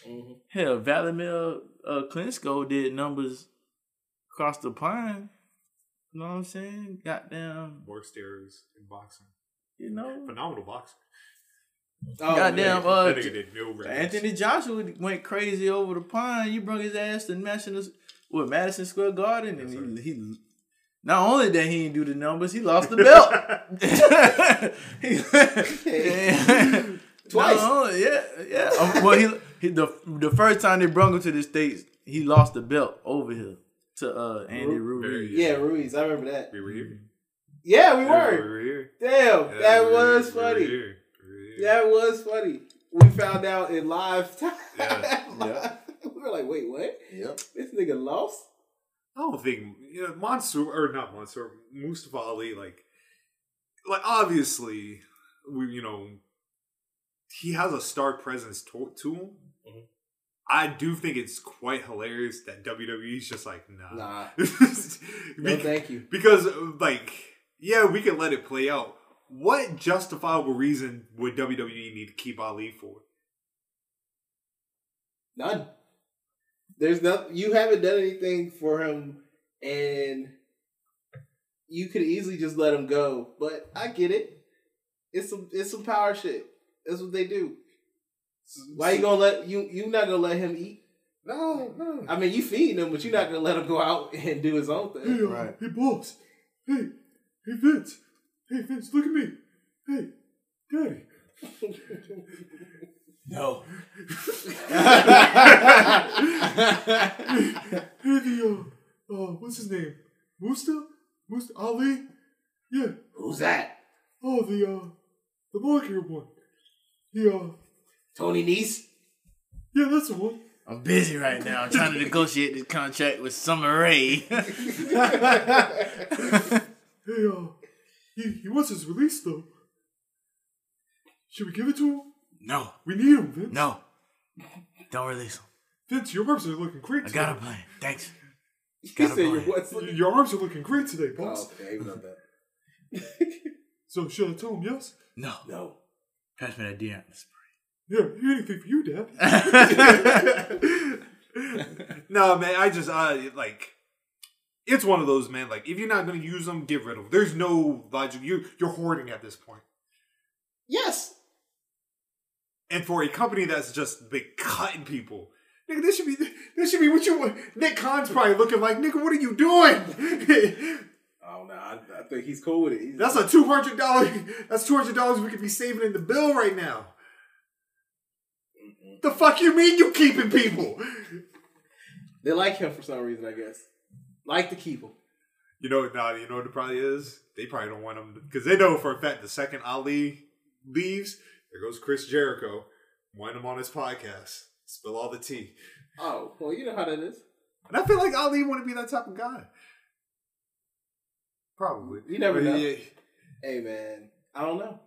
Mm-hmm. Hell, Vladimir uh, Klinsko did numbers across the pond. You know what I'm saying? Goddamn,
More stairs in boxing.
you know.
Phenomenal boxer.
oh,
Goddamn,
man.
uh,
that nigga did no records.
Anthony Joshua went crazy over the pond. You brought his ass to National, what Madison Square Garden, and he, he not only that he didn't do the numbers, he lost the belt. He-
Twice.
Not only- yeah, yeah. Um, well, he, he the the first time they brought him to the states, he lost the belt over here to uh, Andy
Ru-
Ruiz.
yeah, Ruiz. I remember that.
We were here.
Yeah, we
Yeah,
were.
We were here.
Damn,
Yeah,
that
we were
was
here. We were
funny.
here. We were here.
That was funny. We found out in live time.
Yeah.
Yeah.
[laughs] we were like, wait, what?
Yep.
This nigga lost?
I don't think you know Mansoor or not Mansoor Mustafa Ali like like obviously we you know he has a star presence to, to him.
Mm-hmm.
I do think it's quite hilarious that WWE's just like nah.
Nah.
[laughs]
No,
Bec-
thank you.
because like yeah, we can let it play out. What justifiable reason would WWE need to keep Ali for?
None. There's no. You haven't done anything for him, and you could easily just let him go. But I get it. It's some. It's some power shit. That's what they do. Why you gonna let you? You not gonna let him eat?
No, no.
I mean, you feeding him, but you're not gonna let him go out and do his own thing.
Right.
Hey, boss. Hey, hey, Vince. Hey, Vince, look at me. Hey,
[laughs]
daddy. [laughs]
No,
Hey, the, uh, uh, what's his name? Musta? Musta Ali? Yeah.
Who's that?
Oh, the, uh, the molecular one. The, uh,
Tony Nese?
yeah, that's the one.
I'm busy right now. I'm trying to negotiate this contract with Summer Rae.
Hey, uh, he, he wants his release, though. Should we give it to him?
no,
We need him, Vince.
no, don't release him.
Vince, your arms are looking great
I
today.
got a plan. Thanks.
He
Got a
said you
plan.
what's
Your arms are looking great today, boss.
okay, not that.
So should I tell him yes?
No.
No.
Pass me that DM.
Yeah, anything for you, Dad. [laughs] no, man, I just I like it's one of those, man. Like if you're not gonna use them, get rid of them. There's no logic. You you're hoarding at this point.
Yes.
And for a company that's just been cutting people. Nigga, this should be this should be what you want. Nick Khan's probably looking like, nigga, what are you doing? [laughs]
I don't know. I, I think he's cool with it. He's-
that's a two hundred dollar that's two hundred dollars we could be saving in the bill right now. The fuck you mean you keeping people?
They like him for some reason, I guess. Like to keep him.
You know, nah, you know what it probably is? They probably don't want him because they know for a fact the second Ali leaves, there goes Chris Jericho. Wind him on his podcast. Spill all the tea.
Oh, well, you know how that is.
And I feel like Ali wouldn't be that type of guy. Probably.
You never
But
know.
yeah,
Hey, man, I don't know.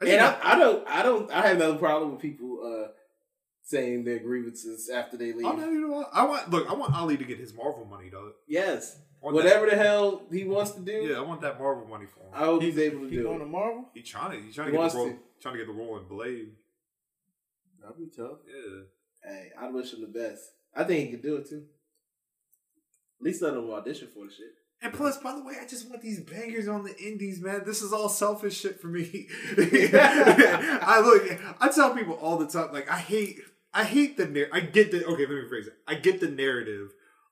I
and
just-
I, I don't, I don't, I have no problem with people uh, saying their grievances after they leave.
I'm not even. I want look. I want Ali to get his Marvel money though.
Yes.
On
Whatever the hell he wants to
That,
do,
yeah, I want that Marvel money for him.
I hope he's able to
He
do
going
it.
to Marvel?
he trying to. He trying
He
to get
wants
the role,
to.
trying to get the rolling blade.
That'd be tough.
Yeah.
Hey, I wish him the best. I think he could do it too. At least let him audition for the shit.
And plus, by the way, I just want these bangers on the indies, man. This is all selfish shit for me. [laughs] I look, I tell people all the time, like I hate, I hate the narrative. I get the okay. Let me rephrase it. I get the narrative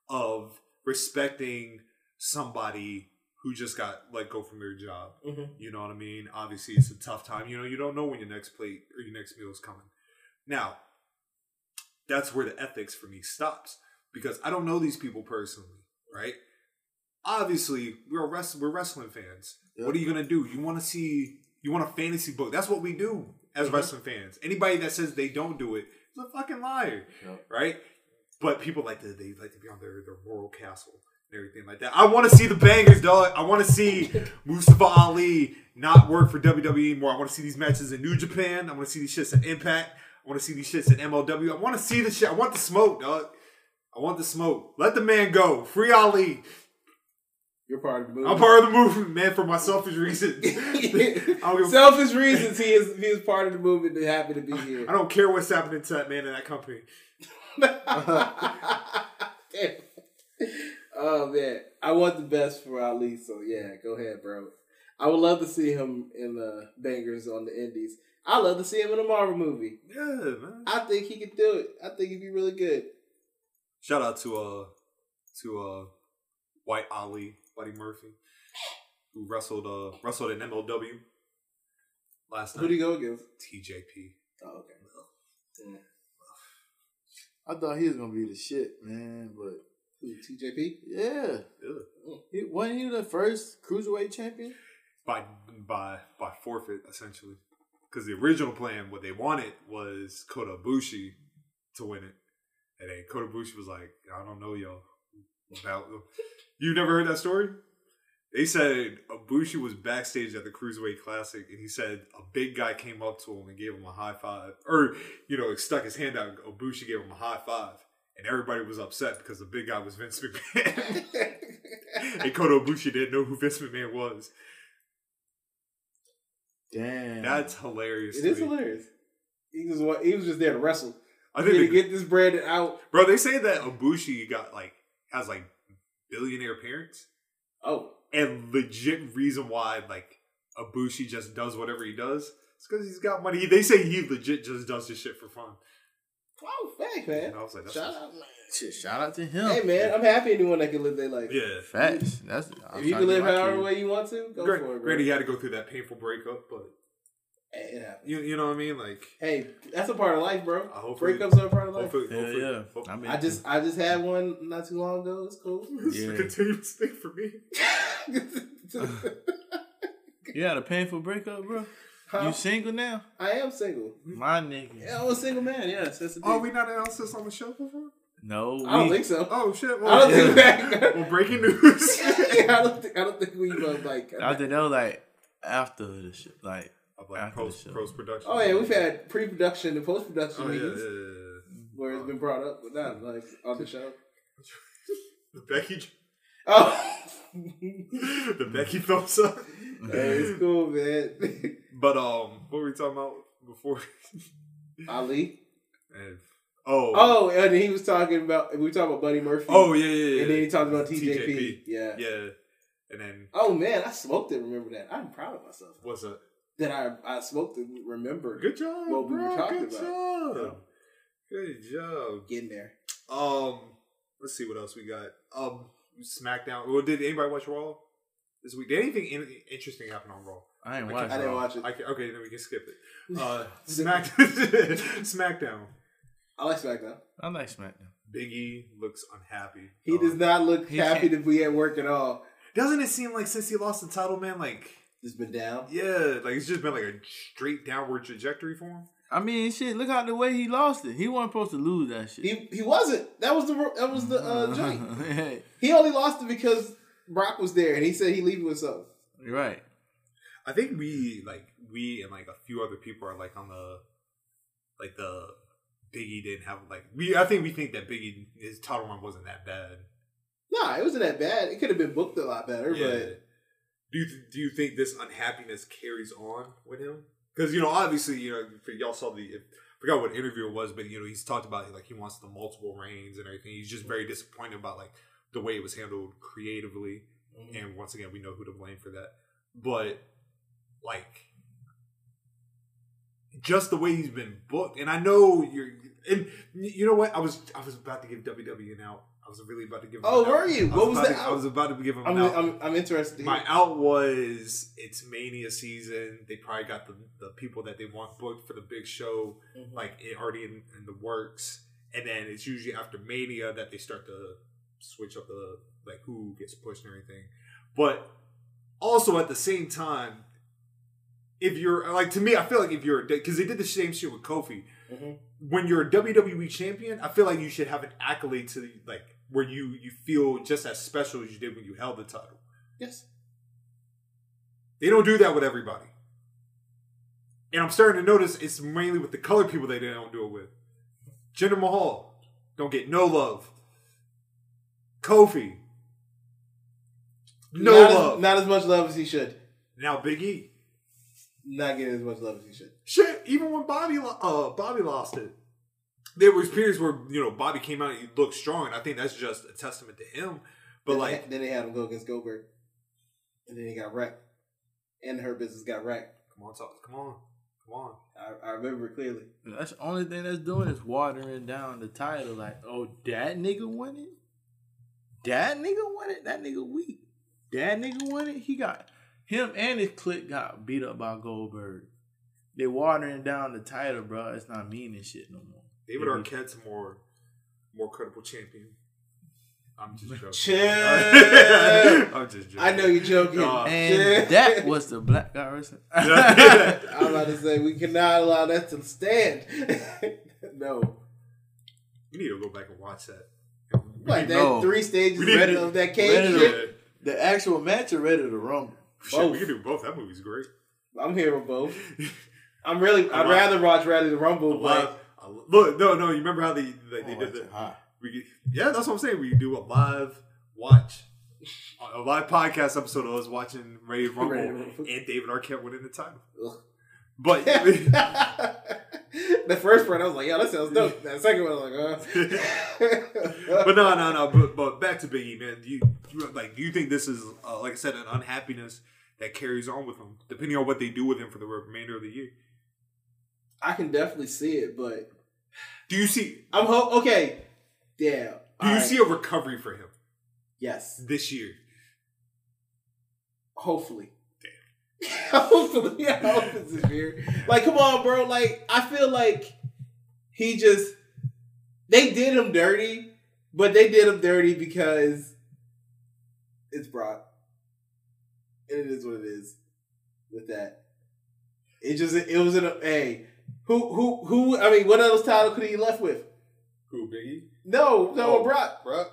of respecting somebody who just got let go from their job. You know what I mean? Obviously, it's a tough time. You know, you don't know when your next plate or your next meal is coming. Now, that's where the ethics for me stops because I don't know these people personally, right? Obviously, we're a wrest- we're wrestling fans. What are you gonna do? You want to see? You want a fantasy book? That's what we do as wrestling fans. Anybody that says they don't do it is a fucking liar, right? But people like to they like to be on their their moral castle and everything like that. I want to see the bangers, dog. I want to see Mustafa Ali not work for WWE anymore. I want to see these matches in New Japan. I want to see these shits in Impact. I want to see these shits in MLW. I want to see the shit. I want the smoke, dog. I want the smoke. Let the man go. Free Ali.
You're part of the movie.
I'm part of the movement, man, for my
[laughs]
selfish reasons. [laughs] I, don't give, a-
Selfish reasons he is he is part of the movement to happen to be here.
I don't care what's happening to that man in that company.
Damn. [laughs] Oh man, I want the best for Ali. So yeah, go ahead, bro. I would love to see him in the bangers on the Indies. I love to see him in a Marvel movie.
Yeah, man.
I think he could do it. I think he'd be really good.
Shout out to uh to uh White Ali, Buddy Murphy, who wrestled uh wrestled in MLW last
Who do you
night.
go against?
TJP.
Oh, okay.
I thought he was gonna be the shit, man. But
Who, TJP?
yeah,
Ugh.
he, wasn't he the first cruiserweight champion?
by by by forfeit essentially because the original plan what they wanted was Kota Ibushi to win it and then Kota Ibushi was like I don't know y'all about you never heard that story they said Ibushi was backstage at the Cruiserweight Classic and he said a big guy came up to him and gave him a high five or you know stuck his hand out Ibushi gave him a high five and everybody was upset because the big guy was Vince McMahon [laughs] and Kota Ibushi didn't know who Vince McMahon was
Damn,
That's hilarious.
It
to
is
me.
hilarious. He was wa- he was just there to wrestle.
I
He
think
had to
they,
get this bread out.
bro, they say that Obushi got like has like billionaire parents,
Oh,
and legit reason why like Ibushi just does whatever he does. It's because he's got money. They say he legit just does this shit for fun.
wow, thanks, man.
And I was like, that's
Shout out, man.
shit. Shout out to him.
Hey, man, I'm happy anyone that can live their life.
yeah.
Facts. That's
If you can live however way you want to, go
Grant,
for it, bro.
granted, he had to go through that painful breakup, but
Hey, it happens.
you you know what I mean. Like,
Hey, that's a part of life, bro.
I hope it-
Breakups are a part of life.
hopefully,
Hell
hopefully,
yeah.
hopefully,
I mean,
I just I just had one not too long ago. It's cool. [laughs]
it's a
Yeah.
continuous thing for me.
you had a painful breakup, bro. You single now,
I am single.
my nigga?
Yeah, I'm a single man. Yes, that's the thing.
Oh, we not announced this on the show before?
No, we,
I don't think so.
Oh shit! Well,
I don't
[laughs]
think that. [laughs]
well
[laughs]
breaking news.
I don't think I don't think we both like.
I think that was like after the shit, like
of like
After
post
the show.
post production.
Oh yeah, we've had pre-production and post-production
Oh, yeah, yeah,
meetings
yeah,
where it's been brought up, but not like on the show.
yeah. The Becky,
Oh, [laughs]
[laughs] the Becky thumbs up.
hey, it's cool, man.
But um, what were we talking about before? [laughs]
Ali.
And- oh,
Oh, and he was talking about we were talking about Buddy Murphy.
oh, yeah, yeah, yeah.
and then he talked about
TJP.
TJP. Yeah.
yeah. And then
Oh man, I smoked it. Remember that? I'm proud of myself
what's up?
that I I smoked it. Remember
Good job,
What we were
bro.
talking
Good
about.
job. Good job.
getting there.
Um, let's see what else we got. Um, SmackDown. Well, did anybody watch Raw this week? Did anything in- interesting happen on Raw?
I ain't
I
watching.
can't-
I didn't
bro.
watch it.
I can, okay, then we can skip
[laughs]
it. Uh, Smack, [laughs] SmackDown.
I like SmackDown.
I like SmackDown.
Biggie looks unhappy. Um,
He does not look
He
happy
can't-
to be at work at all.
Doesn't it seem like since he lost the title, man? Like,
He's been down.
yeah, like it's just been like a straight downward trajectory for him.
I mean, shit. Look how the way he lost it. He wasn't supposed to lose that shit.
He he wasn't. That was the that was the
[laughs]
uh, joint.
[laughs] Yeah,
He only lost it because Brock was there, and he said he leaving with something.
You're right.
I think we like we and like a few other people are like on the like the Biggie didn't have like we. I think we think that Biggie his title run wasn't that bad.
Nah, it wasn't that bad. It could have been booked a lot better, but
do you do you think this unhappiness carries on with him? Because you know, obviously, you know, for y'all saw the. I forgot what interview it was, but you know, he's talked about like he wants the multiple reigns and everything. He's just very disappointed about like the way it was handled creatively.
Mm-hmm.
And once again, we know who to blame for that. But like just the way he's been booked, and I know you're and you know what? I was I was about to give WWE an out. I was really about to give him
Oh,
an
were
out.
you?
I was
What was
about
the
to- I
out?
was about to give him
I'm,
an out.
I'm, I'm interested. to
My
hear.
out was it's Mania season. They probably got the, the people that they want booked for the big show, like it already in, in the works. And then it's usually after Mania that they start to switch up the like who gets pushed and everything. But also at the same time, if you're like to me, I feel like if you're because they did the same shit with Kofi. When you're a WWE champion, I feel like you should have an accolade to like where you you feel just as special as you did when you held the title.
yes.
They don't do that with everybody. And I'm starting to notice it's mainly with the colored people they don't do it with. Jinder Mahal don't get no love. Kofi, no
not
love.
As, not as much love as he should.
now Big E,
Not getting as much love as he should.
shit. Even when Bobby, lo- uh, Bobby lost it, there was periods where you know Bobby came out and he looked strong, and I think that's just a testament to him. But
Then they
like,
had- then they had him go against Goldberg, and then he got wrecked, and her business got wrecked.
come on, talk, come on, come on.
I, I remember it clearly.
That's the only thing that's doing is watering down the title. Like, oh, that nigga won it. That nigga won it. That nigga weak. That nigga won it. He got him and his clique got beat up by Goldberg. They watering down the title, bro. It's not meaning shit no more.
David
Mhm.
Arquette's a more more credible champion. I'm just joking.
Chill.
[laughs] I'm just joking.
I know you're joking.
Nah.
And
[laughs]
that was the black guy wrestling.
[laughs]
[laughs]
I'm about to say we cannot allow that to stand. [laughs] no,
you need to go back and watch that.
like that
No.
three stages
We need
ready
to-
of that
Ready
cage.
to-
shit. The actual match or ready to rumble.
Shit,
Both.
we can do both. That movie's great.
I'm here with
[laughs]
both. I'm really. I'd
I'm not-
rather watch Ready to Rumble.
Like,
Like,
I lo- look, no, no. You remember how they they, they
Oh,
did
that's
the
hot.
we could- yeah, that's what I'm saying. We do a live watch, a a live podcast episode of us watching
[laughs]
Ray Rumble,
Ready to Rumble.
and David Arquette winning the title.
Ugh. [laughs]
But [laughs]
the first part, I was like, "Yo, that sounds dope." That second one, I was like, "Uh."
[laughs] but no, no, no. But, but back to Biggie, man. Do you you- like? Do you think this is uh, like I said, an unhappiness that carries on with him, depending on what they do with him for the remainder of the year?
I can definitely see it, but
Do you see?
I'm ho- okay. Yeah.
Do you see a recovery for him
Yes.
this year?
Hopefully. [laughs] Hopefully, I hope it's this year. Like, come on, bro. Like, I feel like he just they did him dirty, but they did him dirty because it's Brock, and it is what it is. With that, it just it was in a hey, who who who? I mean, what else title could he left with?
Who Biggie?
No, no,
Oh,
Brock, bro.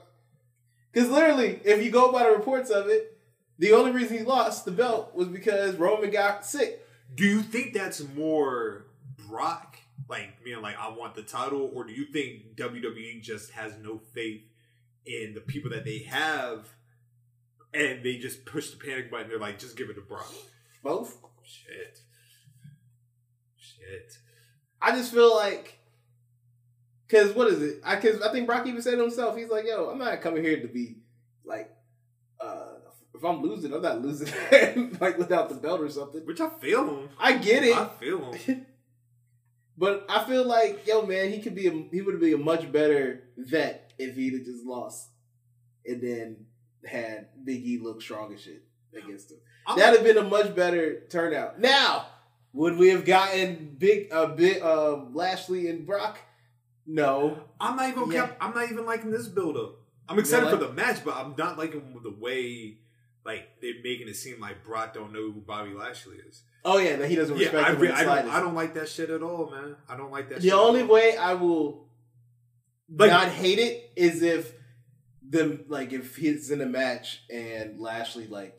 Because literally, if you go by the reports of it, the only reason he lost the belt was because Roman got sick.
Do you think that's more Brock, like being like I want the title, or do you think WWE just has no faith in the people that they have, and they just push the panic button? They're like, just give it to Brock.
Both.
Shit. Shit.
I just feel like, because what is it? I cause I think Brock even said to himself, he's like, "Yo, I'm not coming here to be like, uh, if I'm losing, I'm not losing [laughs] like without the belt or something."
Which I feel him.
I get it.
I feel
[laughs]
him.
But I feel like, yo, man, he could be a, he would be a much better vet if he'd have just lost and then had Big E look strong as shit against him.
I'm-
That'd have been a much better turnout. Now, would we have gotten big a bit uh, Lashley and Brock? No.
I'm not even.
Yeah.
I'm not even liking this build up. I'm excited
like-
for the match, but I'm not liking the way like they're making it seem like Brock don't know who Bobby Lashley is.
Oh yeah, that he doesn't
Yeah,
respect
I,
him
re-
in the
I, don't,
slightest.
I don't like that shit at all, man. I don't like that.
The
shit at
only
all.
way I will
Like-
not hate it is if the like if he's in a match and Lashley like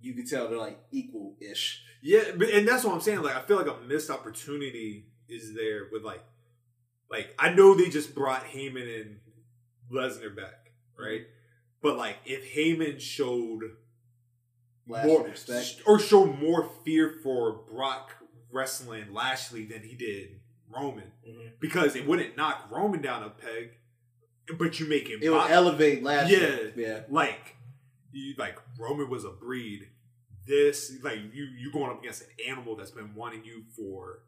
you could tell they're like equal ish.
Yeah, but, and that's what I'm saying. Like, I feel like a missed opportunity is there with like Like I know they just brought Heyman and Lesnar back, right?
Mm-hmm.
But like if Heyman showed
Last
more
respect.
or showed more fear for Brock wrestling Lashley than he did Roman,
Mm-hmm.
because it wouldn't knock Roman down a peg, but you make him
It would
bop-
elevate last
yeah,
year. Yeah.
Like you, like Roman was a breed. This, like you, you going up against an animal that's been wanting you for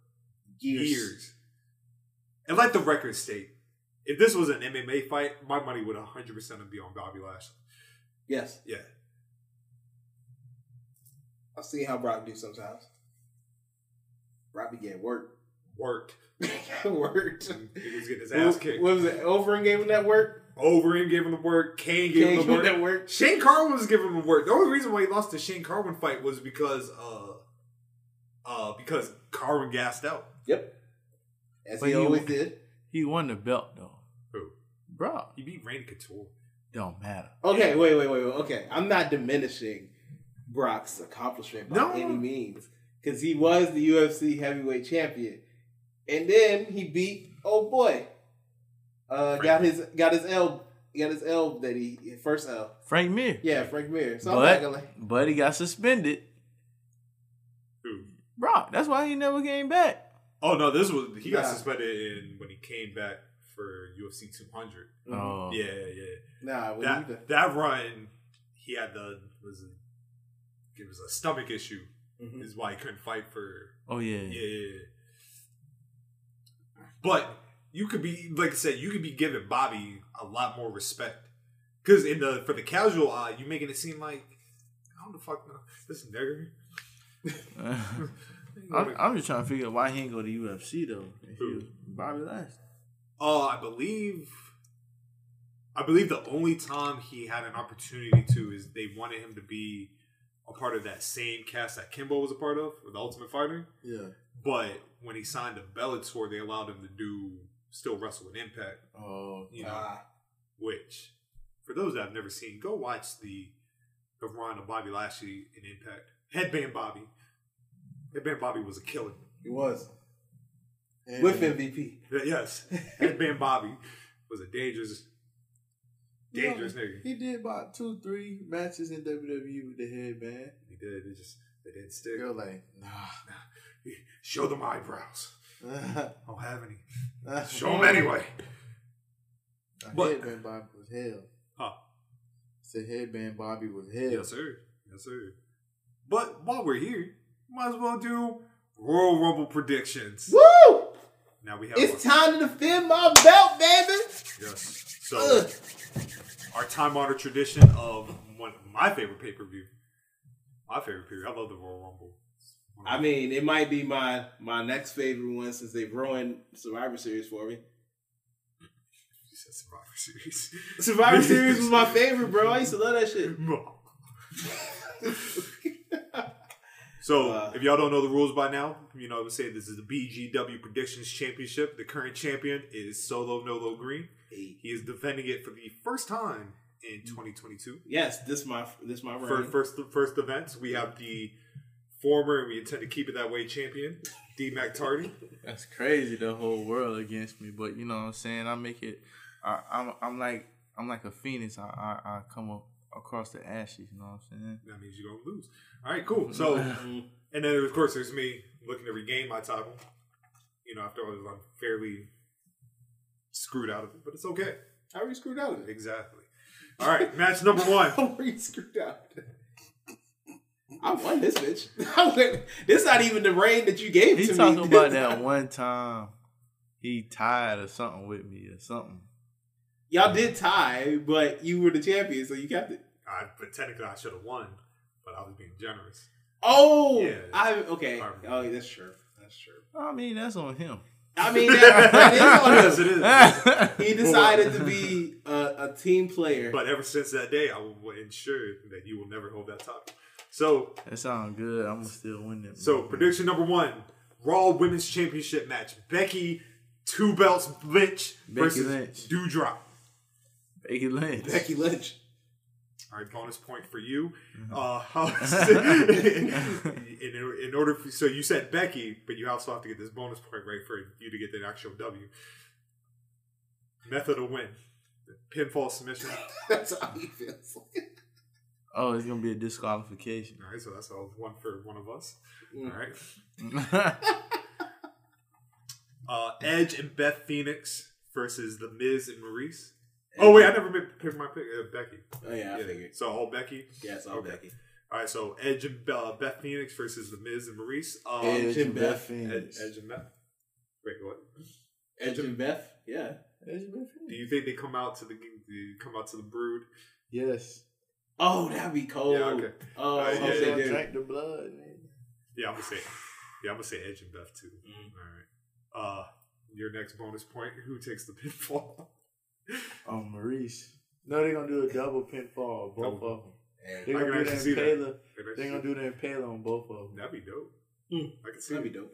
years. And let the record state, if this was an MMA fight, my money would 100 percent be on Bobby Lashley.
Yes,
Yeah,
I've seen how Brock do sometimes. Brock be getting worked. [laughs]
worked.
worked.
He was getting his ass
What,
kicked.
what was it? Over and gave him that work.
Over him gave him the work. Kane gave
Kane
him the work.
gave him the work.
Shane Carwin was giving him the work. The only reason why he lost the Shane Carwin fight was because uh uh because Carwin gassed out.
Yep. As
But
he
he-
always did.
He won the belt though.
Who?
Bro,
He beat Randy Couture.
don't matter.
Okay, wait, wait, wait, wait. Okay, I'm not diminishing Brock's accomplishment by
No.
any means because he was the UFC heavyweight champion, and then he beat oh boy, uh, got his got his L got his L that he first L
Frank Mir.
yeah Frank Mir. So I'm not
but,
gonna like,
but he got suspended.
Who?
Brock. That's why he never came back.
Oh no, this was he got
Nah.
suspended in when he came back for UFC 200.
Oh.
Mm-hmm. Yeah, yeah.
Mm-hmm. nah. When you,
That that run, he had the was it, it was a stomach issue.
Mhm.
Is why he couldn't fight for
Oh yeah.
yeah, yeah, yeah. But you could be like I said, you could be giving Bobby a lot more respect because in the for the casual eye, you making it seem like I don't the fuck know this nigga.
[laughs]
[laughs]
I'm, I'm just trying to figure out why he ain't go to UFC though. If he
Who?
was Bobby Lashley.
Oh, I believe. I believe the only time he had an opportunity to is they wanted him to be a part of that same cast that Kimbo was a part of, with the Ultimate Fighter.
Yeah.
But when he signed to Bellator, they allowed him to do still wrestle with Impact,
Oh.
you know. Which, for those that have never seen, go watch the the run of Bobby Lashley in Impact. Headband Bobby. Headband Bobby was a killer.
It was.
with MVP.
[laughs]
Yes, Headband Bobby was a dangerous, dangerous nigga.
He did about two, three matches in WWE with the headband.
He did. It just they didn't stick.
Girl, like, nah.
Show them eyebrows.
[laughs]
I don't have any. [laughs] Show them
many.
anyway. But-
headband Bobby was hell.
Huh.
Said headband Bobby was hell.
Yes, sir. Yes, sir. But while we're here, might as well do Royal Rumble predictions.
Woo!
Now we have
It's
our-
time to defend my belt, baby.
Yes. So
Ugh.
our time honored tradition of one my favorite pay per view. My favorite pay per view. I love the Royal Rumble.
I mean, it might be my my next favorite one since they've ruined Survivor Series for me.
You said Survivor Series.
[laughs] Survivor Series was [laughs] my favorite, bro. I used to love that shit.
so,
[laughs] Uh,
if y'all don't know the rules by now, you know, I would say this is the BGW Predictions Championship. The current champion is Solo Nolo Green.
Hey. Mm.
He is defending it for the first time in 2022.
Yes, this my this my
For
reign.
first first events, we have the former, and we intend to keep it that way, champion, D Mac Tardy.
That's crazy. The whole world against me, but you know what I'm saying. I make it. I, I'm I'm like I'm like a phoenix. I I, I come up across the ashes. You know what I'm saying.
That means you're going to lose. All right, cool. So, and then, of course, there's me looking to regain my title. You know, after I was unfairly screwed out of it, but it's okay.
I already screwed out
[laughs]
of it.
Exactly. All right, match number one.
I already screwed out. I won this bitch. [laughs] I won. This not even the reign that you gave
He
to
talking
[laughs] me.
[laughs]
about that one time. He tied or something with me or something.
Y'all did tie, but you were the champion, so you kept it.
I, but technically, I should have won, but I was being generous.
Oh,
Yeah.
I okay.
Harvey.
Oh, that's true. That's true.
I mean, that's on him. [laughs]
[laughs] I mean, that, that
[laughs]
is on him.
[laughs] yes, it is.
He decided to be a, a team player.
But ever since that day, I will ensure that you will never hold that title. So,
that sounds good. I'm gonna still win that.
so prediction number one: Raw Women's Championship match. Becky Two Belts Lynch versus
Lynch.
Dewdrop.
Becky Lynch.
[laughs] Becky Lynch.
All right, bonus point for you. Uh, how- [laughs] in, in order, for, so you said Becky, but you also have to get this bonus point right for you to get the actual W. Method of win. Pinfall submission.
That's how he feels.
Oh, it's gonna be a disqualification.
[laughs] All right, so that's all one for one of us. All right. Um, Uh, Edge and Beth Phoenix versus The Miz and Maurice. Oh wait, I never made- picked my pick. Uh, Becky.
Oh yeah, I figured.
So all Becky.
Yes, I'll
Okay.
Becky.
All right, so Edge and uh, Beth Phoenix versus The Miz and Maurice. Um,
Edge and Beth
Ed-
Phoenix.
Edge and Beth. Wait, what?
Edge and Beth. Yeah.
Do you think they come out to the do you come out to the Brood?
Yes.
Oh, that'd be cold.
Yeah, okay.
Oh,
Uh,
I hope
yeah,
they
yeah.
do.
Drink the blood. nigga.
Yeah, I'm gonna say. Yeah, I'm gonna say Edge and Beth too. All right. Uh, your next bonus point. Who takes the [laughs] pinfall?
Oh, Maurice. No, they're gonna do a double pinfall, both
Double.
of them.
And
They're
I
gonna
can
do the
actually see that.
impaler. They're gonna do the impaler on both of them.
That'd be dope.
Mm.
I can see.
That'd be
it.
dope.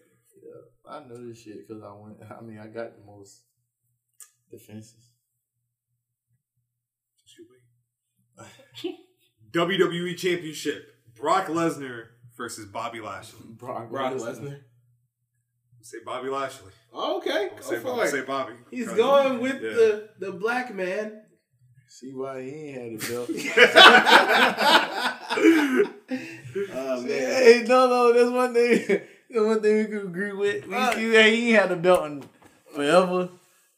I know this shit because I went. I mean, I got the most defenses.
Just you wait. WWE E Championship: Brock Lesnar versus Bobby Lashley.
Brock,
Brock Lesnar.
Say Bobby Lashley.
Okay,
I'm gonna
go
say, I'm
for
gonna
it.
say Bobby.
He's
Because-
going with
Yeah.
the the black man.
See why he ain't had a [laughs] belt.
[laughs] Oh man.
hey, no, no, that's one thing. That's one thing we can agree with. We see that he ain't had a belt in forever.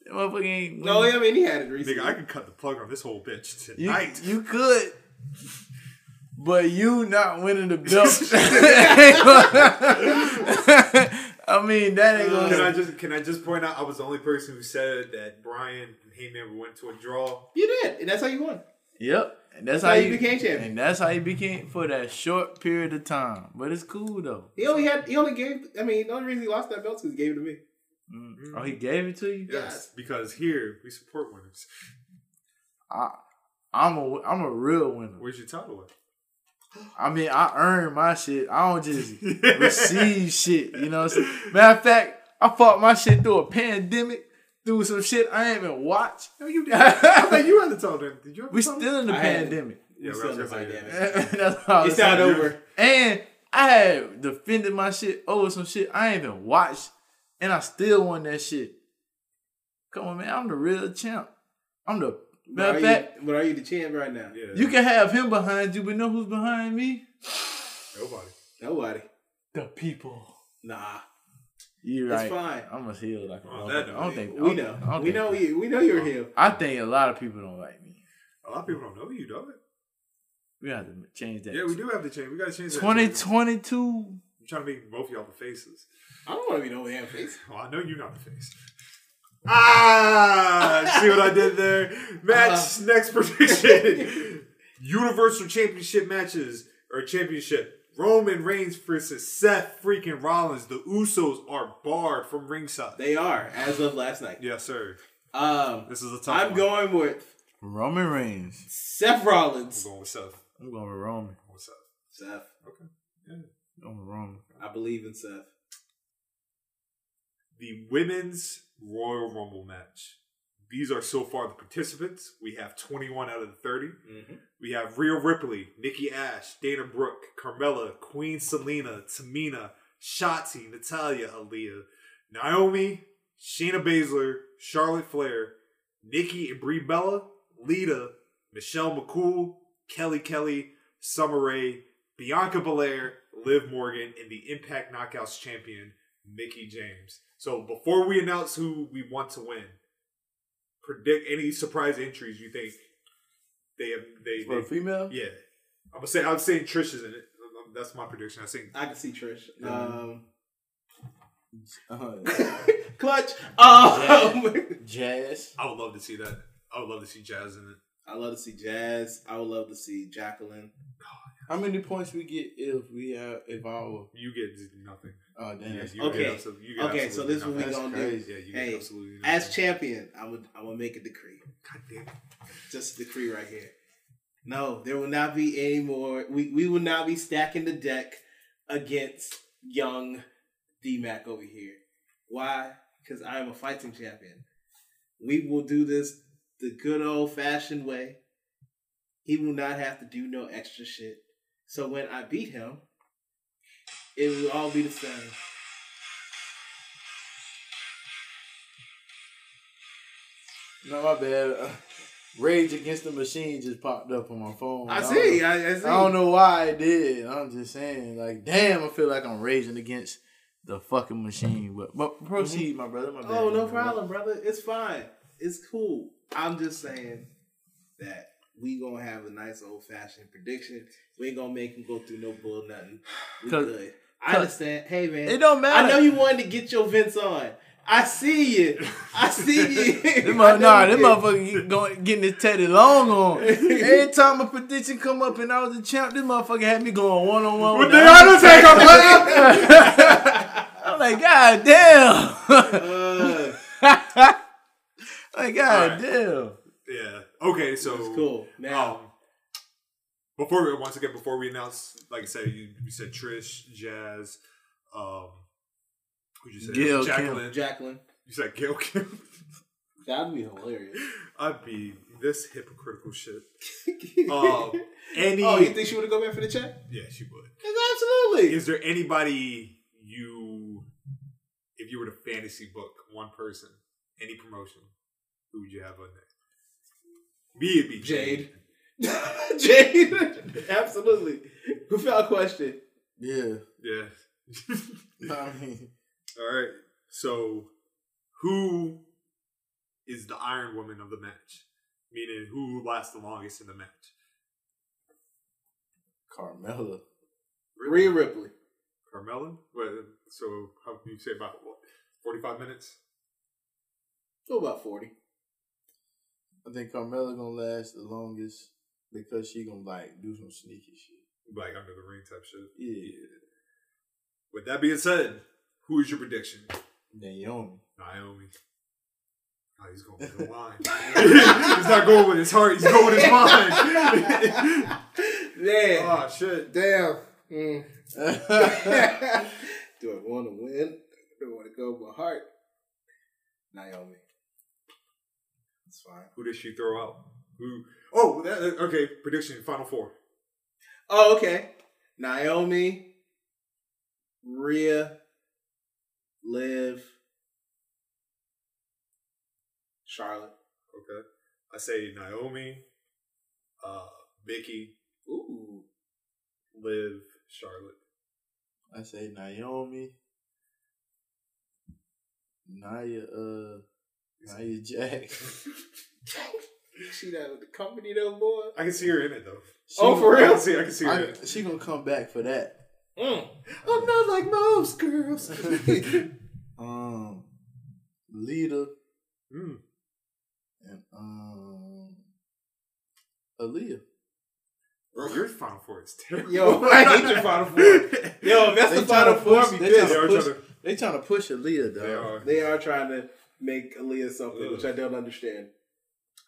That motherfucker ain't.
No, I mean he had it recently.
Nigga, I can cut the plug on this whole bitch
You,
tonight.
you could, but you not winning the belt.
[laughs]
I mean, that ain't
can I
gonna.
just can I just point out I was the only person who said that Brian and Heyman went to a draw.
you did, and that's how you won.
Yep, and that's,
how you became champion.
And
And that's how he became for that short period of time. But it's cool though.
He only had he only gave. I mean, the only reason he lost that belt is 'cause he gave it to me.
Oh, he gave it to you.
Yes, because here we support winners.
I'm a I'm a real winner.
Where's your title at?
I mean, I earn my shit. I don't just receive shit. You know. What I'm saying? Matter of fact, I fought my shit through a pandemic, through some shit I ain't even watch.
[laughs] I thought you had the title. Then. Did you? Have the
we
title?
still in the
I had it.
pandemic. [laughs]
Yeah,
We're
I was
still in
gonna
the
say, yeah.
pandemic.
That's all
It's
I'm
not
saying.
over.
And I had defended my shit over some shit I ain't even watched, and I still won that shit. Come on, man, I'm the real champ. I'm the matter
But
of
are,
fact.
you, but are you the champ right now?
Yeah,
You can have him behind you, but know who's behind me?
nobody.
Nobody.
The people.
Nah.
You
It's
right.
fine. Oh,
I'm a heel like a
On that
motherfucker. I don't
note,
think I
We
don't- I
know.
don't
We
think-
know you. We know you're here.
I think a lot of people don't like me.
A lot of people don't know you, do they?
We have to change that.
Yeah, we do have to change. We gotta change that.
2022.
I'm trying to make both of y'all the faces.
I don't want to be no damn face.
Well, I know you're not the face. Ah, see what I did there? Match next prediction. [laughs] Universal Championship matches or championship. Roman Reigns versus Seth freaking Rollins. The Usos are barred from ringside.
They are as of last night.
yes, sir.
Um,
This is a tough
I'm
one.
going with
Roman Reigns.
Seth
I'm
Rollins.
going with Seth. I'm
I'm going with Roman.
going with Seth.
Seth.
I'm going with Roman.
I believe in Seth.
The women's Royal Rumble match. These are so far the participants. We have 21 out of the 30.
Mm-hmm.
We have Rhea Ripley, Nikki Ash, Dana Brooke, Carmella, Queen Selena, Tamina, Shotzi, Natalia, Aaliyah, Naomi, Sheena Baszler, Charlotte Flair, Nikki and Brie Bella, Lita, Michelle McCool, Kelly Kelly, Summer Rae, Bianca Belair, Liv Morgan, and the Impact Knockouts champion, Mickey James. So before we announce who we want to win, predict any surprise entries you think they have. They,
For a
they
female?
yeah, I'm gonna say I'm saying Trish is in it. Um, um, That's my prediction. I think
I can see Trish. Um, [laughs]
Uh,
clutch. Um,
jazz.
I would love to see that. I would love to see Jazz in it.
[laughs] I love to see Jazz. I would love to see Jacqueline.
How many points we get if we have if our
You get nothing.
oh damn
Yeah,
that's
you get
Okay.
absolute- you get
Okay, so
absolutely
this is what we
nothing.
gonna
crazy.
do.
Yeah, you
Hey,
get absolutely nothing.
As champion, I would I would make a decree.
God damn it.
Just a decree right here. No, there will not be any more. We we will not be stacking the deck against young DMAC over here. Why? Because I am a fighting champion. We will do this the good old fashioned way. He will not have to do no extra shit. So when I beat him, it will all be the same.
No, my bad.
[laughs]
Uh, Rage Against the Machine just popped up on my phone.
I
don't
see.
know-
I, I see.
I don't know why it did. I'm just saying, like, damn, I feel like I'm raging against the fucking machine. But, but proceed, my brother. My bad.
Oh, no problem, brother. It's fine. It's cool. I'm just saying that we gonna have a nice old fashioned prediction. We ain't gonna make him go through no bull nothing. We
'Cause-
good. I
'cause-
understand. Hey man,
It don't matter.
I know you wanted to get your vents on. I see you.
[laughs]
I see you.
This
[laughs] I know
mother, nah,
you
this
did.
motherfucker get- going, getting his Teddy Long
[laughs]
on. Every time a prediction come up and I was a champ, this motherfucker had me going one on one with
With the
the
Undertaker, man!
[laughs]
I'm like, God damn.
Uh,
like, God
Alright.
damn.
Yeah. Okay, so
it's cool. Now,
Um, before we, once again, before we announce, like I said, you, you said Trish, Jazz, um, who'd you say?
Gail
oh.
Jacqueline.
Jacqueline,
You said Gail Kim. [laughs]
that'd be hilarious.
I'd be this
[laughs]
hypocritical shit. um, any?
Oh, you think she would have go back for the check?
yeah, she would.
Absolutely.
Is there anybody you, if you were to fantasy book one person, any promotion, who would you have on there? Me, it'd be
Jade. [laughs] Jade. Absolutely. Without question.
Yeah.
Yeah. [laughs]
I mean,
All right. So, who is the Iron Woman of the match? Meaning, who lasts the longest in the match?
Carmella.
Rhea Ripley.
Carmella? What, so, how do you say about what, 45 minutes?
So about 40.
I think Carmella gonna last the longest because she gonna like do some sneaky shit.
Like under the ring type shit.
Yeah.
With that being said, who is your prediction?
[laughs]
Naomi.
Naomi. Oh, he's going with the line. [laughs] he's not going with his heart, he's going with
[laughs]
his mind.
Man.
oh, shit.
Damn. Mm.
[laughs] yeah,
Do I want to win? Do I want to go with my heart? Naomi. That's fine.
Who did she throw out? Who? Oh, that, okay. Prediction, final four.
Oh, okay. Naomi, Rhea, Liv, Charlotte.
Okay. I say Naomi, uh, Mickey,
Ooh.
Liv, Charlotte.
I say Naomi. Naya, uh, Naya Jack.
[laughs] She done with the company though, boy.
I can see her in it though.
She
Oh,
gonna-
for
I can
real?
see. I can see her. in
I,
it.
she gonna come back for that.
Mm.
I'm not like
[laughs]
most girls.
[laughs] Um, Lita
Hmm.
and um, Aaliyah.
Bro, your final four is terrible.
Yo, I hate your final
[laughs]
four. Yo, if that's
They
the final
tryna
four.
push-
Be
they
pissed.
they are
push-
trying to.
They trying to push Aaliyah
They
though.
are.
They are trying to make Aaliyah something,
Ugh.
which I don't understand.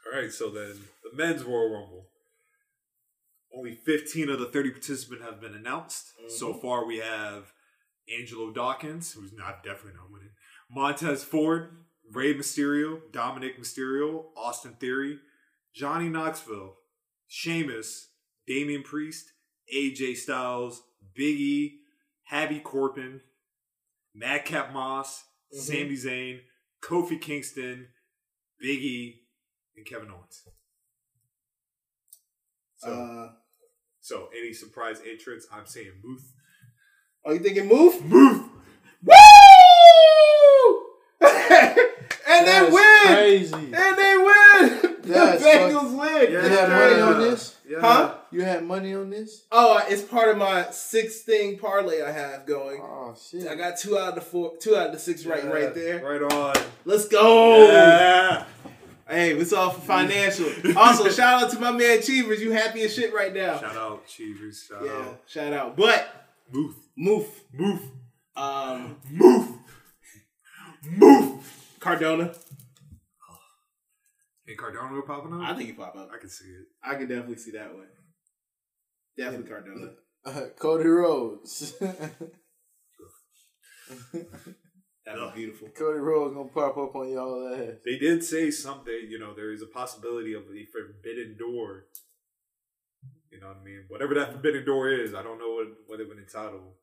All right. So then, the men's Royal Rumble. Only 15 of the 30 participants have been announced. So far, we have Angelo Dawkins, who's not definitely not winning. Montez Ford, Ray Mysterio, Dominic Mysterio, Austin Theory, Johnny Knoxville, Sheamus, Damian Priest, AJ Styles, Big E, Happy Corbin, Madcap Moss, Sami Zayn, Kofi Kingston, Big E, and Kevin Owens. So,
Uh,
so any surprise entrance? I'm saying Booth.
oh, you thinking move?
Booth.
Woo! [laughs] and they
That's
win!
Crazy.
And they win! [laughs]
That's
the Bengals win!
You had money on this?
Yeah.
Huh?
You had money on this?
Oh, it's part of my six thing parlay I have going.
Oh shit!
I got two out of the four, two out of the six right,
Yeah,
right there.
Right on.
Let's go!
Yeah.
Hey, it's all for financial.
[laughs]
also, shout out to my man Cheevers. You happy as shit right now?
Shout out, Cheevers. Shout
yeah,
out.
shout out. But
Booth.
move,
Booth.
um,
Move. Move.
Cardona.
Hey, Cardano popping up?
I think he pop up.
I can see it.
I can definitely see that one. Definitely Cardona.
Uh, [laughs] Cody
[laughs]
Rhodes.
That'd
Ugh.
be beautiful.
Cody Rhodes gonna pop up on y'all ass.
They did say someday, you know, there is a possibility of the forbidden door. You know what I mean? Whatever that forbidden door is, I don't know what, what it would entitle.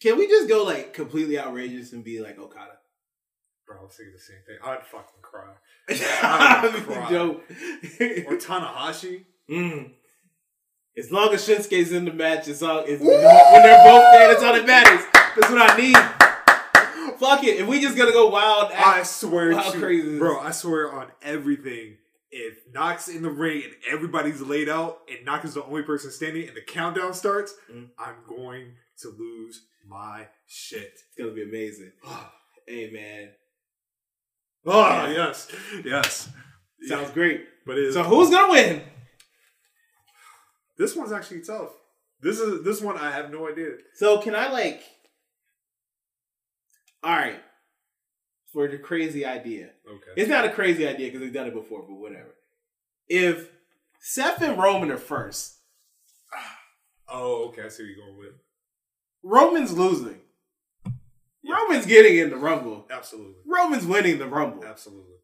Can we just go like completely outrageous and be like Okada?
Bro, I was thinking the same thing. I'd
[laughs]
fucking cry.
I mean,
cry.
dope.
Or Tanahashi.
Mm. As long as Shinsuke's in the match, it's all it's, when they're both there, that's all that matters. That's what I need. Fuck it. If we just gonna go wild
I
ass
swear
How
to
crazy is
bro,
this?
I swear on everything. If Knox in the ring and everybody's laid out and Knox is the only person standing and the countdown starts,
Mm.
I'm going to lose my shit.
it's gonna
[sighs]
be amazing. hey man.
Oh yes, yes.
Sounds great.
But it is,
So who's gonna win?
this one's actually tough. This is this one I have no idea.
So can I like Alright. For the crazy idea.
Okay.
It's not a crazy idea because they've done it before, but whatever. If Seth and Roman are first,
Oh, okay. I see what you're going with.
Roman's losing. Roman's getting in the rumble.
Absolutely,
Roman's winning the Rumble. [laughs]
absolutely.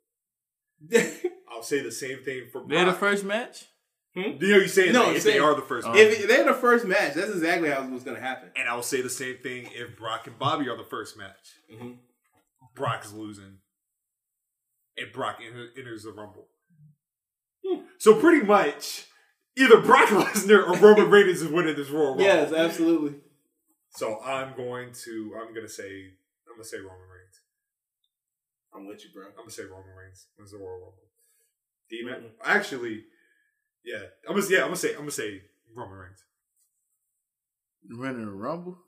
if
I'll say the same thing for.
They the
Brock.
first match.
You know, you're saying
No,
that
I'm
if they
saying-
are the first. one.
Hmm? they're the first match, that's exactly how it was going to happen.
And I will say the same thing if Brock and Bobby are the first match.
Mhm.
Brock's losing. And Brock en- enters the Rumble. So pretty much, either Brock [laughs] Lesnar or Roman Reigns is winning this Royal Rumble.
Yes, absolutely.
So I'm going to, I'm going to say, I'm going to say Roman Reigns.
I'm with you, bro.
I'm going to say Roman Reigns wins the Royal Rumble. D-Mac? Actually, yeah. I'm going to, yeah, I'm going to say, I'm going to say Roman Reigns.
Running a rumble.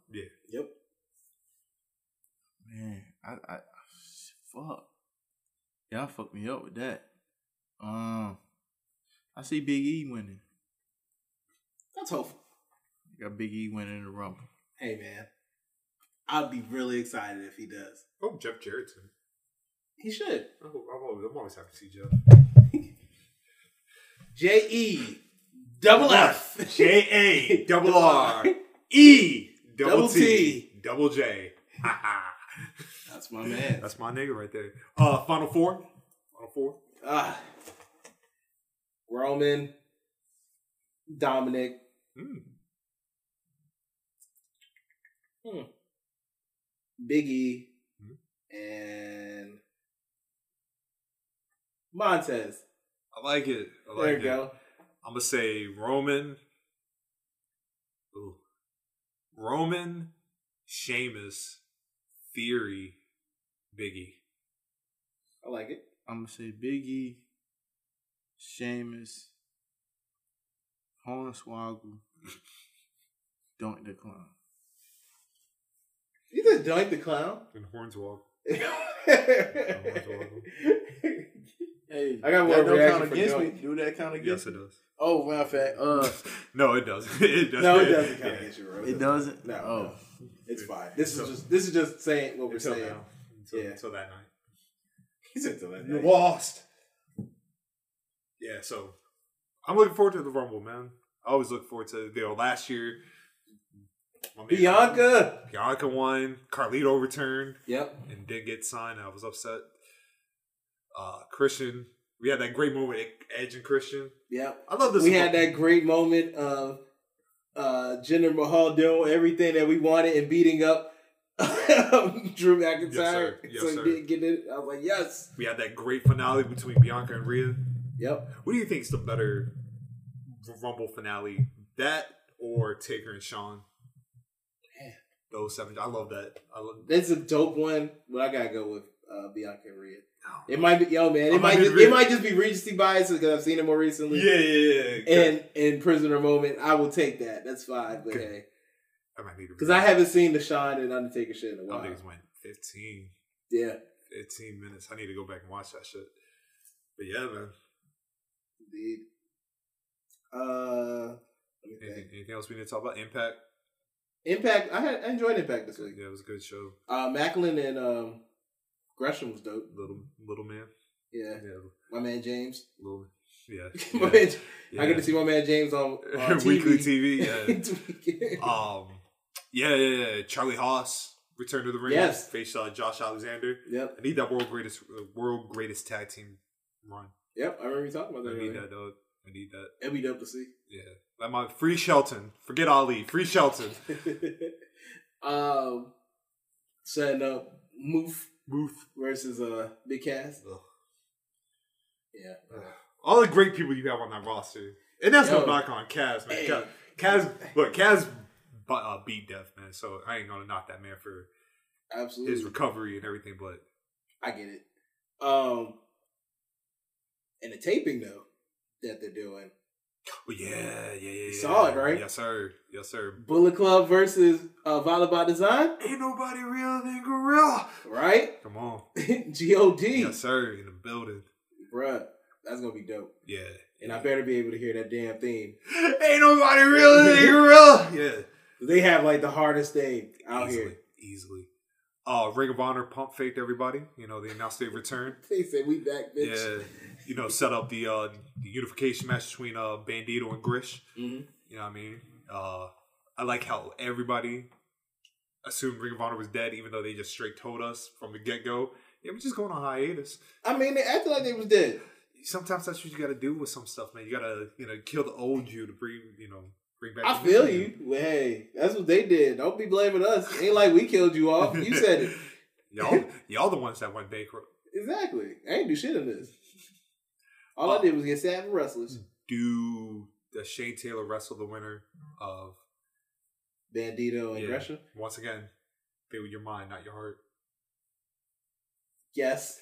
Yep.
Man, I, I fuck. Y'all fucked me up with that. Um, I see Big E winning.
That's hopeful.
I got Big E winning the Rumble.
Hey, man. I'd be really excited if he does.
Oh, Jeff Jarrett's in.
He should.
Oh, I'm always, I'm always happy to see Jeff.
J E double F.
J A double R E double
Double
T
T.
double J. Ha, ha.
That's my man.
That's my nigga right there. Uh, final four. Final four.
Ah. Roman, Dominic. Hmm. Biggie E, and Montez.
I like it. I like
There you
it.
go.
I'm gonna say Roman. Ooh. Roman, Sheamus, Theory, Biggie.
I like it.
I'm gonna say Big E, Sheamus, Hornswoggle, [laughs] Don't Decline.
You just joined the clown.
[laughs] And Hornswoggle.
I
Hey,
I
that
got one
don't
reaction
count
for
against me.
Joey.
Do that count against
Yes, it
me?
does. [laughs]
Oh, matter of fact, uh,
No, it doesn't. [laughs] It doesn't.
no, it doesn't count
Yeah.
against you, bro.
It doesn't.
No,
Oh,
no. It's fine. This is just this is just saying what we're
Until
saying.
now. Until,
Yeah.
until that night.
He said till that
You
night.
lost. Yeah, so I'm looking forward to the Rumble, man. I always look forward to the last year. my man-
Bianca.
Bianca won. Carlito returned
Yep.
and didn't get signed. I was upset. Uh Christian. We had that great moment at Edge and Christian.
Yep.
I love this.
we had that great moment of uh, Jinder Mahal doing everything that we wanted and beating up [laughs] Drew McIntyre.
sir. Yes,
so
sir.
he didn't get it. I was like, yes.
We had that great finale between Bianca and Rhea.
Yep.
What do you think is the better Rumble finale? That or Taker and Sean? Those seven. I love that. I love
That's a dope one, but I gotta go with uh, Bianca and Rhea.
Oh.
It might be yo man. It
I'm
might
gonna
just,
be-
it might just be regency bias because I've seen it more recently.
Yeah, yeah, yeah. yeah.
And and prisoner moment, I will take that. That's fine. But
Good.
hey,
I might need to
because I haven't seen the Shawn and Undertaker shit in a
Them
while.
niggas went 15,
Yeah,
15 minutes. I need to go back and watch that shit. But yeah, man.
indeed. Uh, let me think.
Anything, anything else we need to talk about? Impact.
Impact. I had I enjoyed Impact this week.
Yeah, it was a good show.
Uh, Macklin and um, Gresham was dope.
Little little man.
Yeah,
Yeah,
my man James. [laughs]
little. Yeah.
my
yeah,
man, I get to see my man James
[laughs]
on,
yeah.
on TV. [laughs]
weekly TV.
TV.
Yeah. um. Yeah, yeah, yeah. Charlie Haas returned to the ring.
Yes.
Faced uh, Josh Alexander.
yep,
I need that world greatest uh, world greatest tag team run.
yep. I remember you talking about
I
that.
need
earlier.
that, dog. I need that.
That'd be dope to see. [laughs]
Yeah. Like my free Shelton. Forget Ali. Free Shelton.
um, setting up Moof
Ruth.
versus uh Big Cass.
Ugh.
Yeah.
All the great people you have on that roster. And that's
Yo.
no knock on Kaz, man. Kaz, Kaz look, Kaz bu- uh, beat Death, man, so I ain't gonna knock that man for
Absolutely.
his recovery and everything, but
I get it. Um and the taping though that they're doing.
but yeah, yeah, yeah. yeah.
Solid, right?
Yes, sir. Yes, sir.
Bullet Club versus uh Violent by Design,
Ain't nobody real than Gorilla.
right? [laughs]
Come on.
God.
Yes, sir, in the building.
Bruh. That's gonna be dope.
Yeah.
And I better be able to hear that damn theme.
Ain't nobody real than Gorilla. Yeah.
They have like the hardest thing out
easily,
here.
easily. Uh, Ring of Honor pump faked everybody. You know they announced their return.
They said we back, bitch.
Yeah, you know, set up the uh, the unification match between uh, Bandito and Grish.
Mhm.
You know what I mean? Uh, I like how everybody assumed Ring of Honor was dead, even though they just straight told us from the get go. Yeah, we're just going on hiatus.
I mean, they acted like they was dead.
Sometimes that's what you got to do with some stuff, man. You got to you know kill the old you to bring you know bring back.
I
the new
feel you. Well, hey, that's what they did. Don't be blaming us. Ain't like we killed you off. Oh, You said it.
[laughs] Y'all, y'all the ones that went bankrupt.
Exactly. I ain't do shit in this. All
Oh.
I did was get sad for wrestlers.
Mm. Do does Shane Taylor wrestle the winner of
Bandito and
Yeah.
Gresham.
once again? Be with your mind, not your heart.
Yes.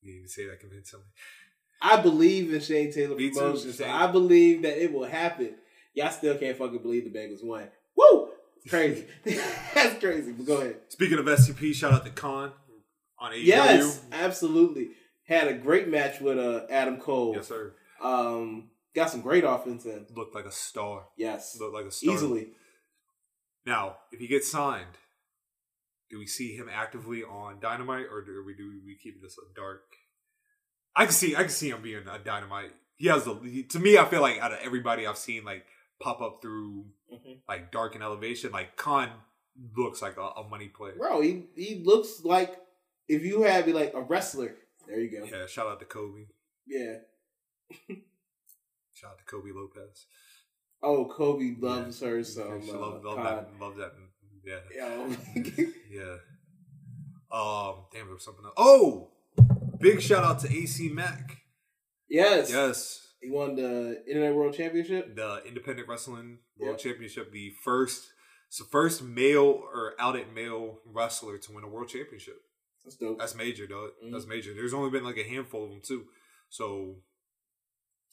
You need to say that convincingly.
I believe in Shane Taylor
Me too,
promotion. So
Shane.
I believe that it will happen. Y'all still can't fucking believe the Bengals won. Woo!
[laughs]
Crazy. [laughs] That's crazy. But go ahead.
Speaking of SCP, shout out to Khan on E AEW.
Yes, absolutely. Had a great match with uh, Adam Cole.
Yes, sir.
Um, got some great offense in.
Looked like a star.
Yes,
Looked like a star.
easily.
Now, if he gets signed, do we see him actively on Dynamite, or do we do we keep this a dark? I can see I can see him being a Dynamite. He has the he- to me. I feel like out of everybody I've seen like pop up through like Dark and Elevation, like Khan looks like a, a money player.
Bro, he, he looks like if you had be like a wrestler. There you go.
Yeah, shout out to Kobe.
Yeah.
Shout out to Kobe Lopez.
Oh, Kobe loves her
Yeah,
so
she
uh,
love, love
God.
that. Love that. Yeah.
Yo. [laughs]
Yeah. Um. Damn, there was something else. Oh, big shout out to AC Mac.
yes.
Yes,
He won the Internet World Championship.
the Independent Wrestling World
Yeah.
Championship, the first, it's the first male or outed male wrestler to win a world championship.
That's dope.
That's major, dog. That's
Mhm.
major. There's only been like a handful of them too. So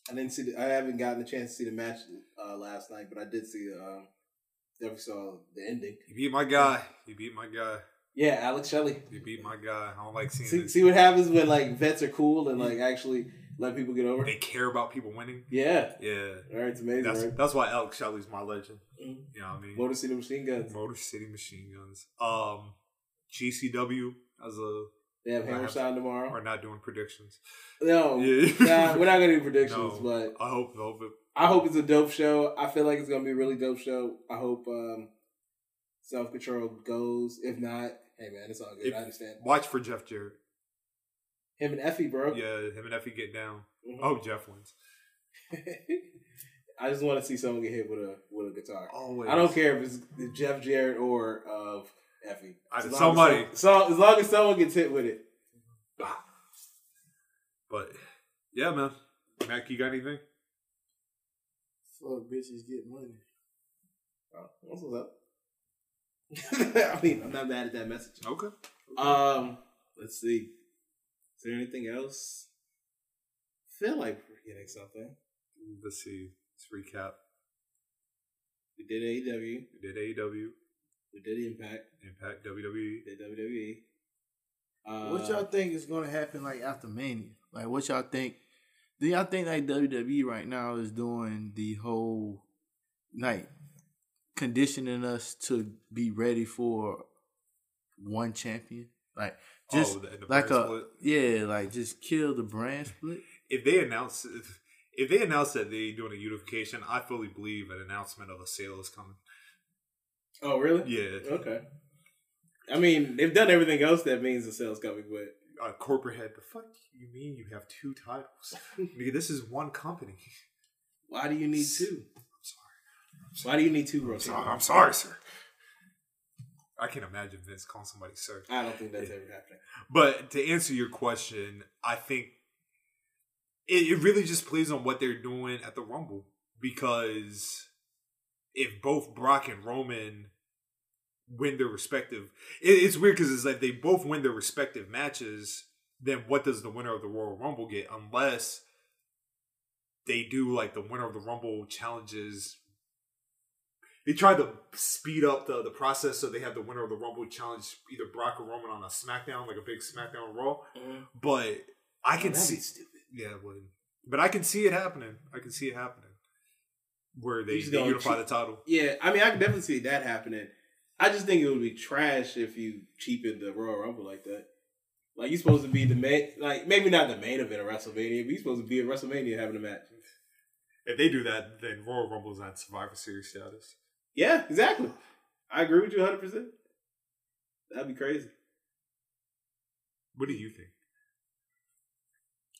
I didn't see. The, I haven't gotten the chance to see the match uh, last night, but I did see. Um, definitely saw the ending.
you beat my guy. You beat my guy.
Yeah, Alex Shelley.
You beat my guy. I don't like seeing
See,
this.
see what happens when like vets are cool and like actually let people get over.
they care about people winning.
Yeah,
Yeah.
all right, it's amazing.
That's
right?
that's why Alex Shelley's my legend.
Mhm.
You know what I mean?
Motor City Machine Guns.
Motor City Machine Guns. Um, GCW as a
They have Hammer Shine
are
tomorrow.
not doing predictions.
No,
[laughs] Yeah.
nah, we're not gonna do predictions,
No.
but
I hope, I hope it,
I hope it's a dope show. I feel like it's gonna be a really dope show. I hope um, Self Control goes. If not, hey man, it's all good.
If-
I understand.
watch for Jeff Jarrett.
Him and Effie, bro.
Yeah, Oh, him and Effie get down.
Mhm.
I hope Jeff wins.
I just want to see someone get hit with a with a guitar.
Always.
I don't care if it's Jeff Jarrett or of Effie.
I-
As long as
somebody.
some- so as long as someone gets hit with it.
But yeah, man. Mac, you got anything?
Fuck bitches get money.
Oh, that's what's up. [laughs] I mean, I'm not mad at that message.
Okay.
Um, let's see. Is there anything else? feel like we're getting something.
Let's see. Let's recap.
We did AEW.
We did AEW,
We did Impact.
Impact, E. WWE.
We did E. WWE. Uh,
what y'all think is gonna happen like after Mania? Like what y'all think? Do y'all think like WWE right now is doing the whole like conditioning us to be ready for one champion? Like just
the- and the
like
brand
a
split?
yeah, like just kill the brand split.
If they announce if, if they announce that they doing a unification, I fully believe an announcement of a sale is coming.
Oh, really?
Yeah.
Okay. I mean, they've done everything else that means the sales coming, but
uh, corporate head. The fuck you mean you have two titles? Nigga, this is one company.
why do you need two? Why do you need two, bro?
I'm sorry, sir. I can't imagine Vince calling somebody sir.
I don't think that's ever happening.
But to answer your question, I think it, it really just plays on what they're doing at the Rumble because if both Brock and Roman win their respective, it, it's weird because it's like they both win their respective matches. Then what does the winner of the Royal Rumble get? Unless they do like the winner of the Rumble challenges. They try to speed up the, the process so they have the winner of the Rumble challenge either Brock or Roman on a SmackDown, like a big SmackDown Raw. But I can see yeah, it would. But I can see it happening. I can see it happening. Where they,
You just
they
gonna
unify
cheat-
the title.
Yeah, I mean, I can definitely see that happening. I just think it would be trash if you cheapened the Royal Rumble like that. Like you're supposed to be the main, like maybe not the main event of WrestleMania, but you're supposed to be at WrestleMania having a match.
If they do that, then Royal Rumble is not Survivor Series status.
Yeah, exactly. I agree with you 100. percent That'd be crazy.
What do you think?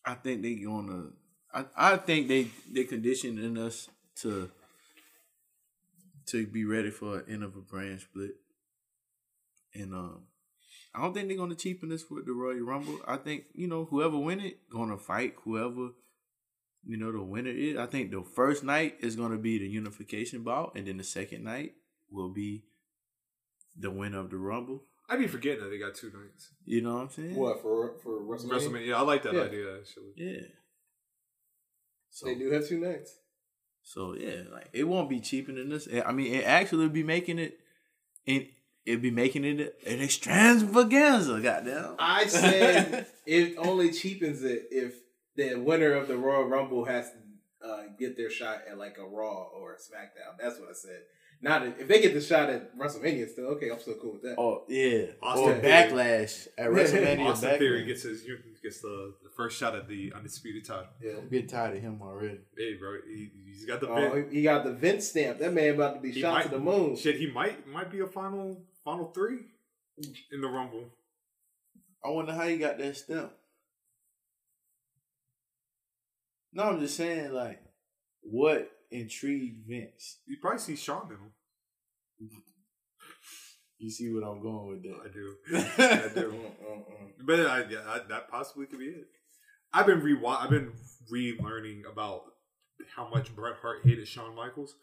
I think they gonna. I, I think they they conditioning us to to be ready for an end of a brand split, and um, I don't think they're gonna cheapen us with the Royal Rumble. I think you know whoever win it gonna fight whoever you know the winner is. I think the first night is gonna be the unification bout, and then the second night will be the winner of the Rumble.
I'd be forgetting that they got two nights.
You know what I'm saying?
What for for WrestleMania?
WrestleMania. Yeah, I like that
Yeah.
idea actually.
Yeah. So
They do have two nights.
So yeah, like it won't be cheaper than this. I mean, it actually be making it, and it'd be making it an extravaganza. Goddamn.
I said it only cheapens it if the winner of the Royal Rumble has to uh, get their shot at like a Raw or a SmackDown. That's what I said. Not if if they get the shot at WrestleMania, still okay. I'm still cool with that.
Oh yeah,
Austin
or
Theory.
backlash at WrestleMania.
Austin
Backlash.
Theory gets his gets the, the first shot at the undisputed title.
I'm getting tired of him already.
Hey, bro, he, he's got the
Oh,
bit.
he he got the Vince stamp. That man about to be
He
shot
might-
to the moon.
Shit, he might might be a final final three in the Rumble.
I wonder how you got that stamp. No, I'm just saying, like, what intrigued Vince?
You probably see Shawn in him.
You see what I'm going with
I
that?
do. [laughs]
[laughs]
I do. But I, yeah, I, that possibly could be it. I've been re I've been relearning about how much Bret Hart hated Shawn Michaels.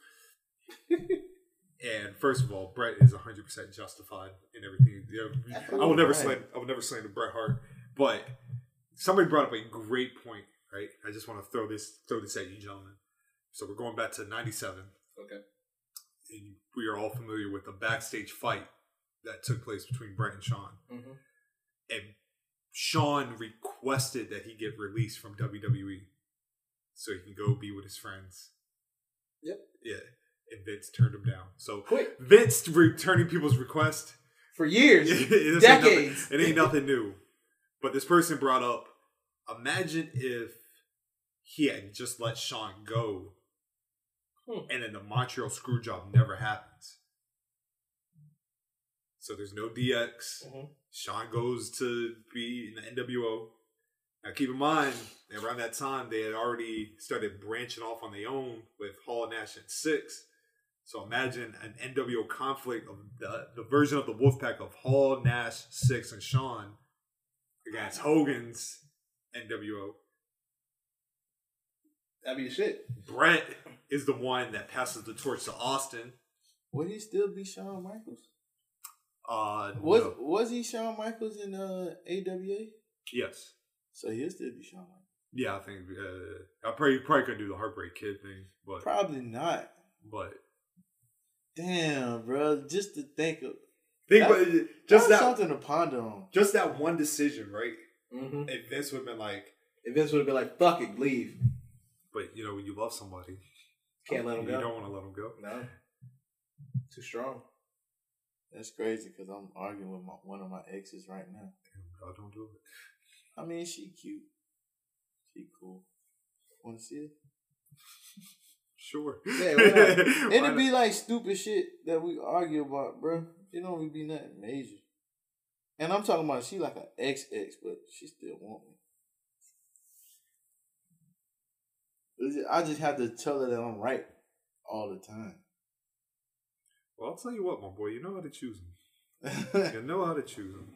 and first of all, Bret is 100 percent justified in everything. You know, I will never slander. I will never slander Bret Hart. But somebody brought up a great point. Right. I just want to throw this throw this at you, gentlemen. So we're going back to '97.
Okay.
And we are all familiar with the backstage fight that took place between Bret and Shawn
Mhm.
and Sean requested that he get released from WWE so he can go be with his friends.
Yep.
Yeah. And Vince turned him down. So
Quick.
Vince returning people's request.
For
[laughs]
years,
It ain't nothing-
decades.
it ain't nothing new. But this person brought up imagine if he had just let Sean go
Hmm.
and then the Montreal screw job never happens. So there's no DX.
Mhm.
Sean goes to be in the NWO. Now keep in mind, around that time they had already started branching off on their own with Hall Nash and Six. So imagine an NWO conflict of the, the version of the Wolfpack of Hall, Nash, Six, and Sean against Hogan's NWO.
that'd be the shit.
Brett is the one that passes the torch to Austin.
Would he still be Shawn Michaels?
Uh,
Was
no.
was he Shawn Michaels in uh, AWA?
Yes.
So he'll still be Shawn Michaels.
Yeah, I think uh, I probably probably could do the Heartbreak Kid thing, but
Probably not.
but
Damn, bro. Just to think of
think
That's-
about just that
that's something to ponder on.
just that one decision, right?
Mm-hmm.
And Vince would have been like,
And Vince would have been like, "Fuck it, leave.
but you know, when you love somebody,
Can't let him
you
go.
don't want to let them go.
No, too strong."
That's crazy because I'm arguing with my, one of my exes right now.
No, don't do it.
I mean, she cute. She cool. Want to see it?
Sure.
Yeah, why
[laughs] Why
It'd
not?
be like stupid shit that we argue about, bro. It don't really be nothing major. And I'm talking about she like an ex ex, but she still want me. It's ju- I just have to tell her that I'm right all the time.
[laughs]
Well, I'll tell you what, my boy, you know how to choose 'em. You know how to choose them.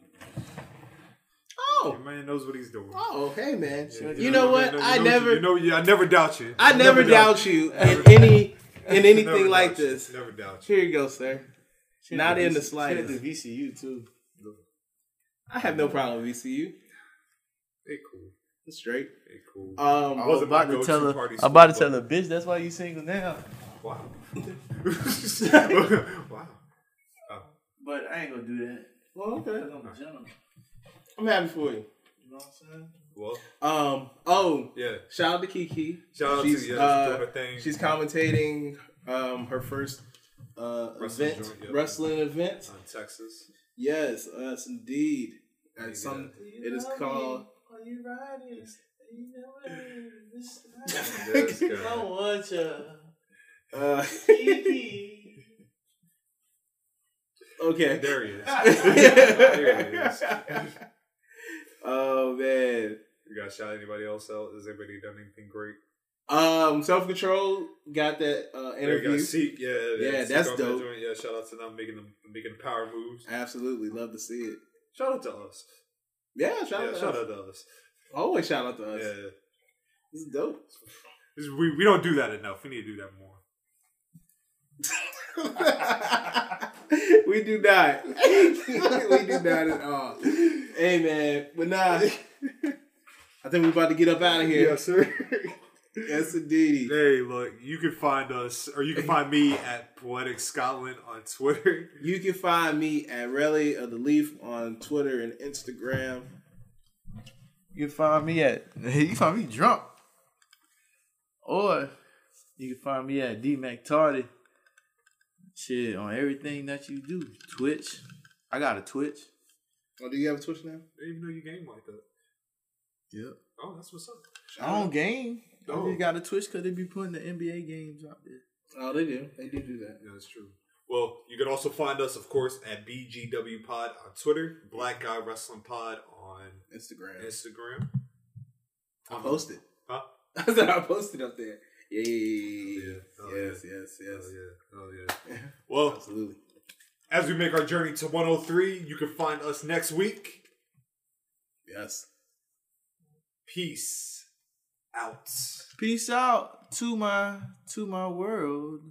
Oh,
Your man knows what he's doing.
oh, hey man. you know what? I
you-
never,
You know, you, I never doubt you.
I never doubt [laughs] you in any in
Never
anything like
doubt you.
this.
Never doubt you.
Here you go, sir. Not in the
Shout out to
slightest.
VCU too.
I have no problem with VCU.
They cool.
It's straight.
They cool.
Um,
I was
about
my
to tell
go-to
her.
party
I'm about to
school,
tell her, bitch. That's why you single now.
but- [laughs] Wow. wow.
But I ain't gonna do that.
well, okay.
I'm a gentleman.
I'm happy for
You
you.
know what I'm saying?
Well,
Um, oh,
yeah.
shout out to Kiki.
Shout out
She's,
to yeah,
uh,
doing her thing.
She's commentating um, her first uh,
Wrestling
event,
joint, yeah.
wrestling event.
on
[laughs]
Texas.
Yes, yes, indeed.
Maybe
And some,
that-
it is called.
Are you riding? You know
[laughs]
Yes, God.
Oh,
want ya.
Uh, [laughs] okay.
There he
[laughs]
is. there he is. [laughs]
oh man.
You got shout anybody else out? Has anybody done anything great?
Um, self control got that uh,
There you
interview.
got Seek. Yeah,
Yeah,
Seek
that's
off that
dope.
joint. Yeah, shout out to them making them making the power moves.
Absolutely love to see it.
Shout out to us.
Yeah, shout
yeah,
out to
shout
us.
out to us.
Always shout out to us.
Yeah,
This is dope.
This is- we we don't do that enough. We need to do that more.
[laughs] we do not. [laughs] we do not at all. Hey man, but nah. I think we're about to get up out of here.
sir.
Yes, indeed.
[laughs] Hey, look, you can find us, or you can find me at Poetic Scotland on Twitter. [laughs]
You can find me at Rally of the Leaf on Twitter and Instagram.
You can find me at [laughs] you can find me drunk. Or you can find me at D Mac Tardy. Shit on everything that you do. Twitch. I got a Twitch.
Oh, do you have a Twitch now?
I didn't even know you game like that.
Yep.
Oh, that's what's up.
I don't game. I
Oh.
just got a Twitch because they be putting the NBA games out there.
Oh, they do. They do do that.
Yeah, that's true. Well, you can also find us, of course, at BGW Pod on Twitter, Black Guy Wrestling Pod on
Instagram.
Instagram.
I posted.
Huh?
[laughs] I said I posted up there. Yeah.
Oh,
yes, yes,
Oh,
yes.
yeah. Oh, yeah.
[laughs]
Well,
Absolutely.
as we make our journey to 103, you can find us next week.
Yes.
Peace out.
Peace out to my to my world.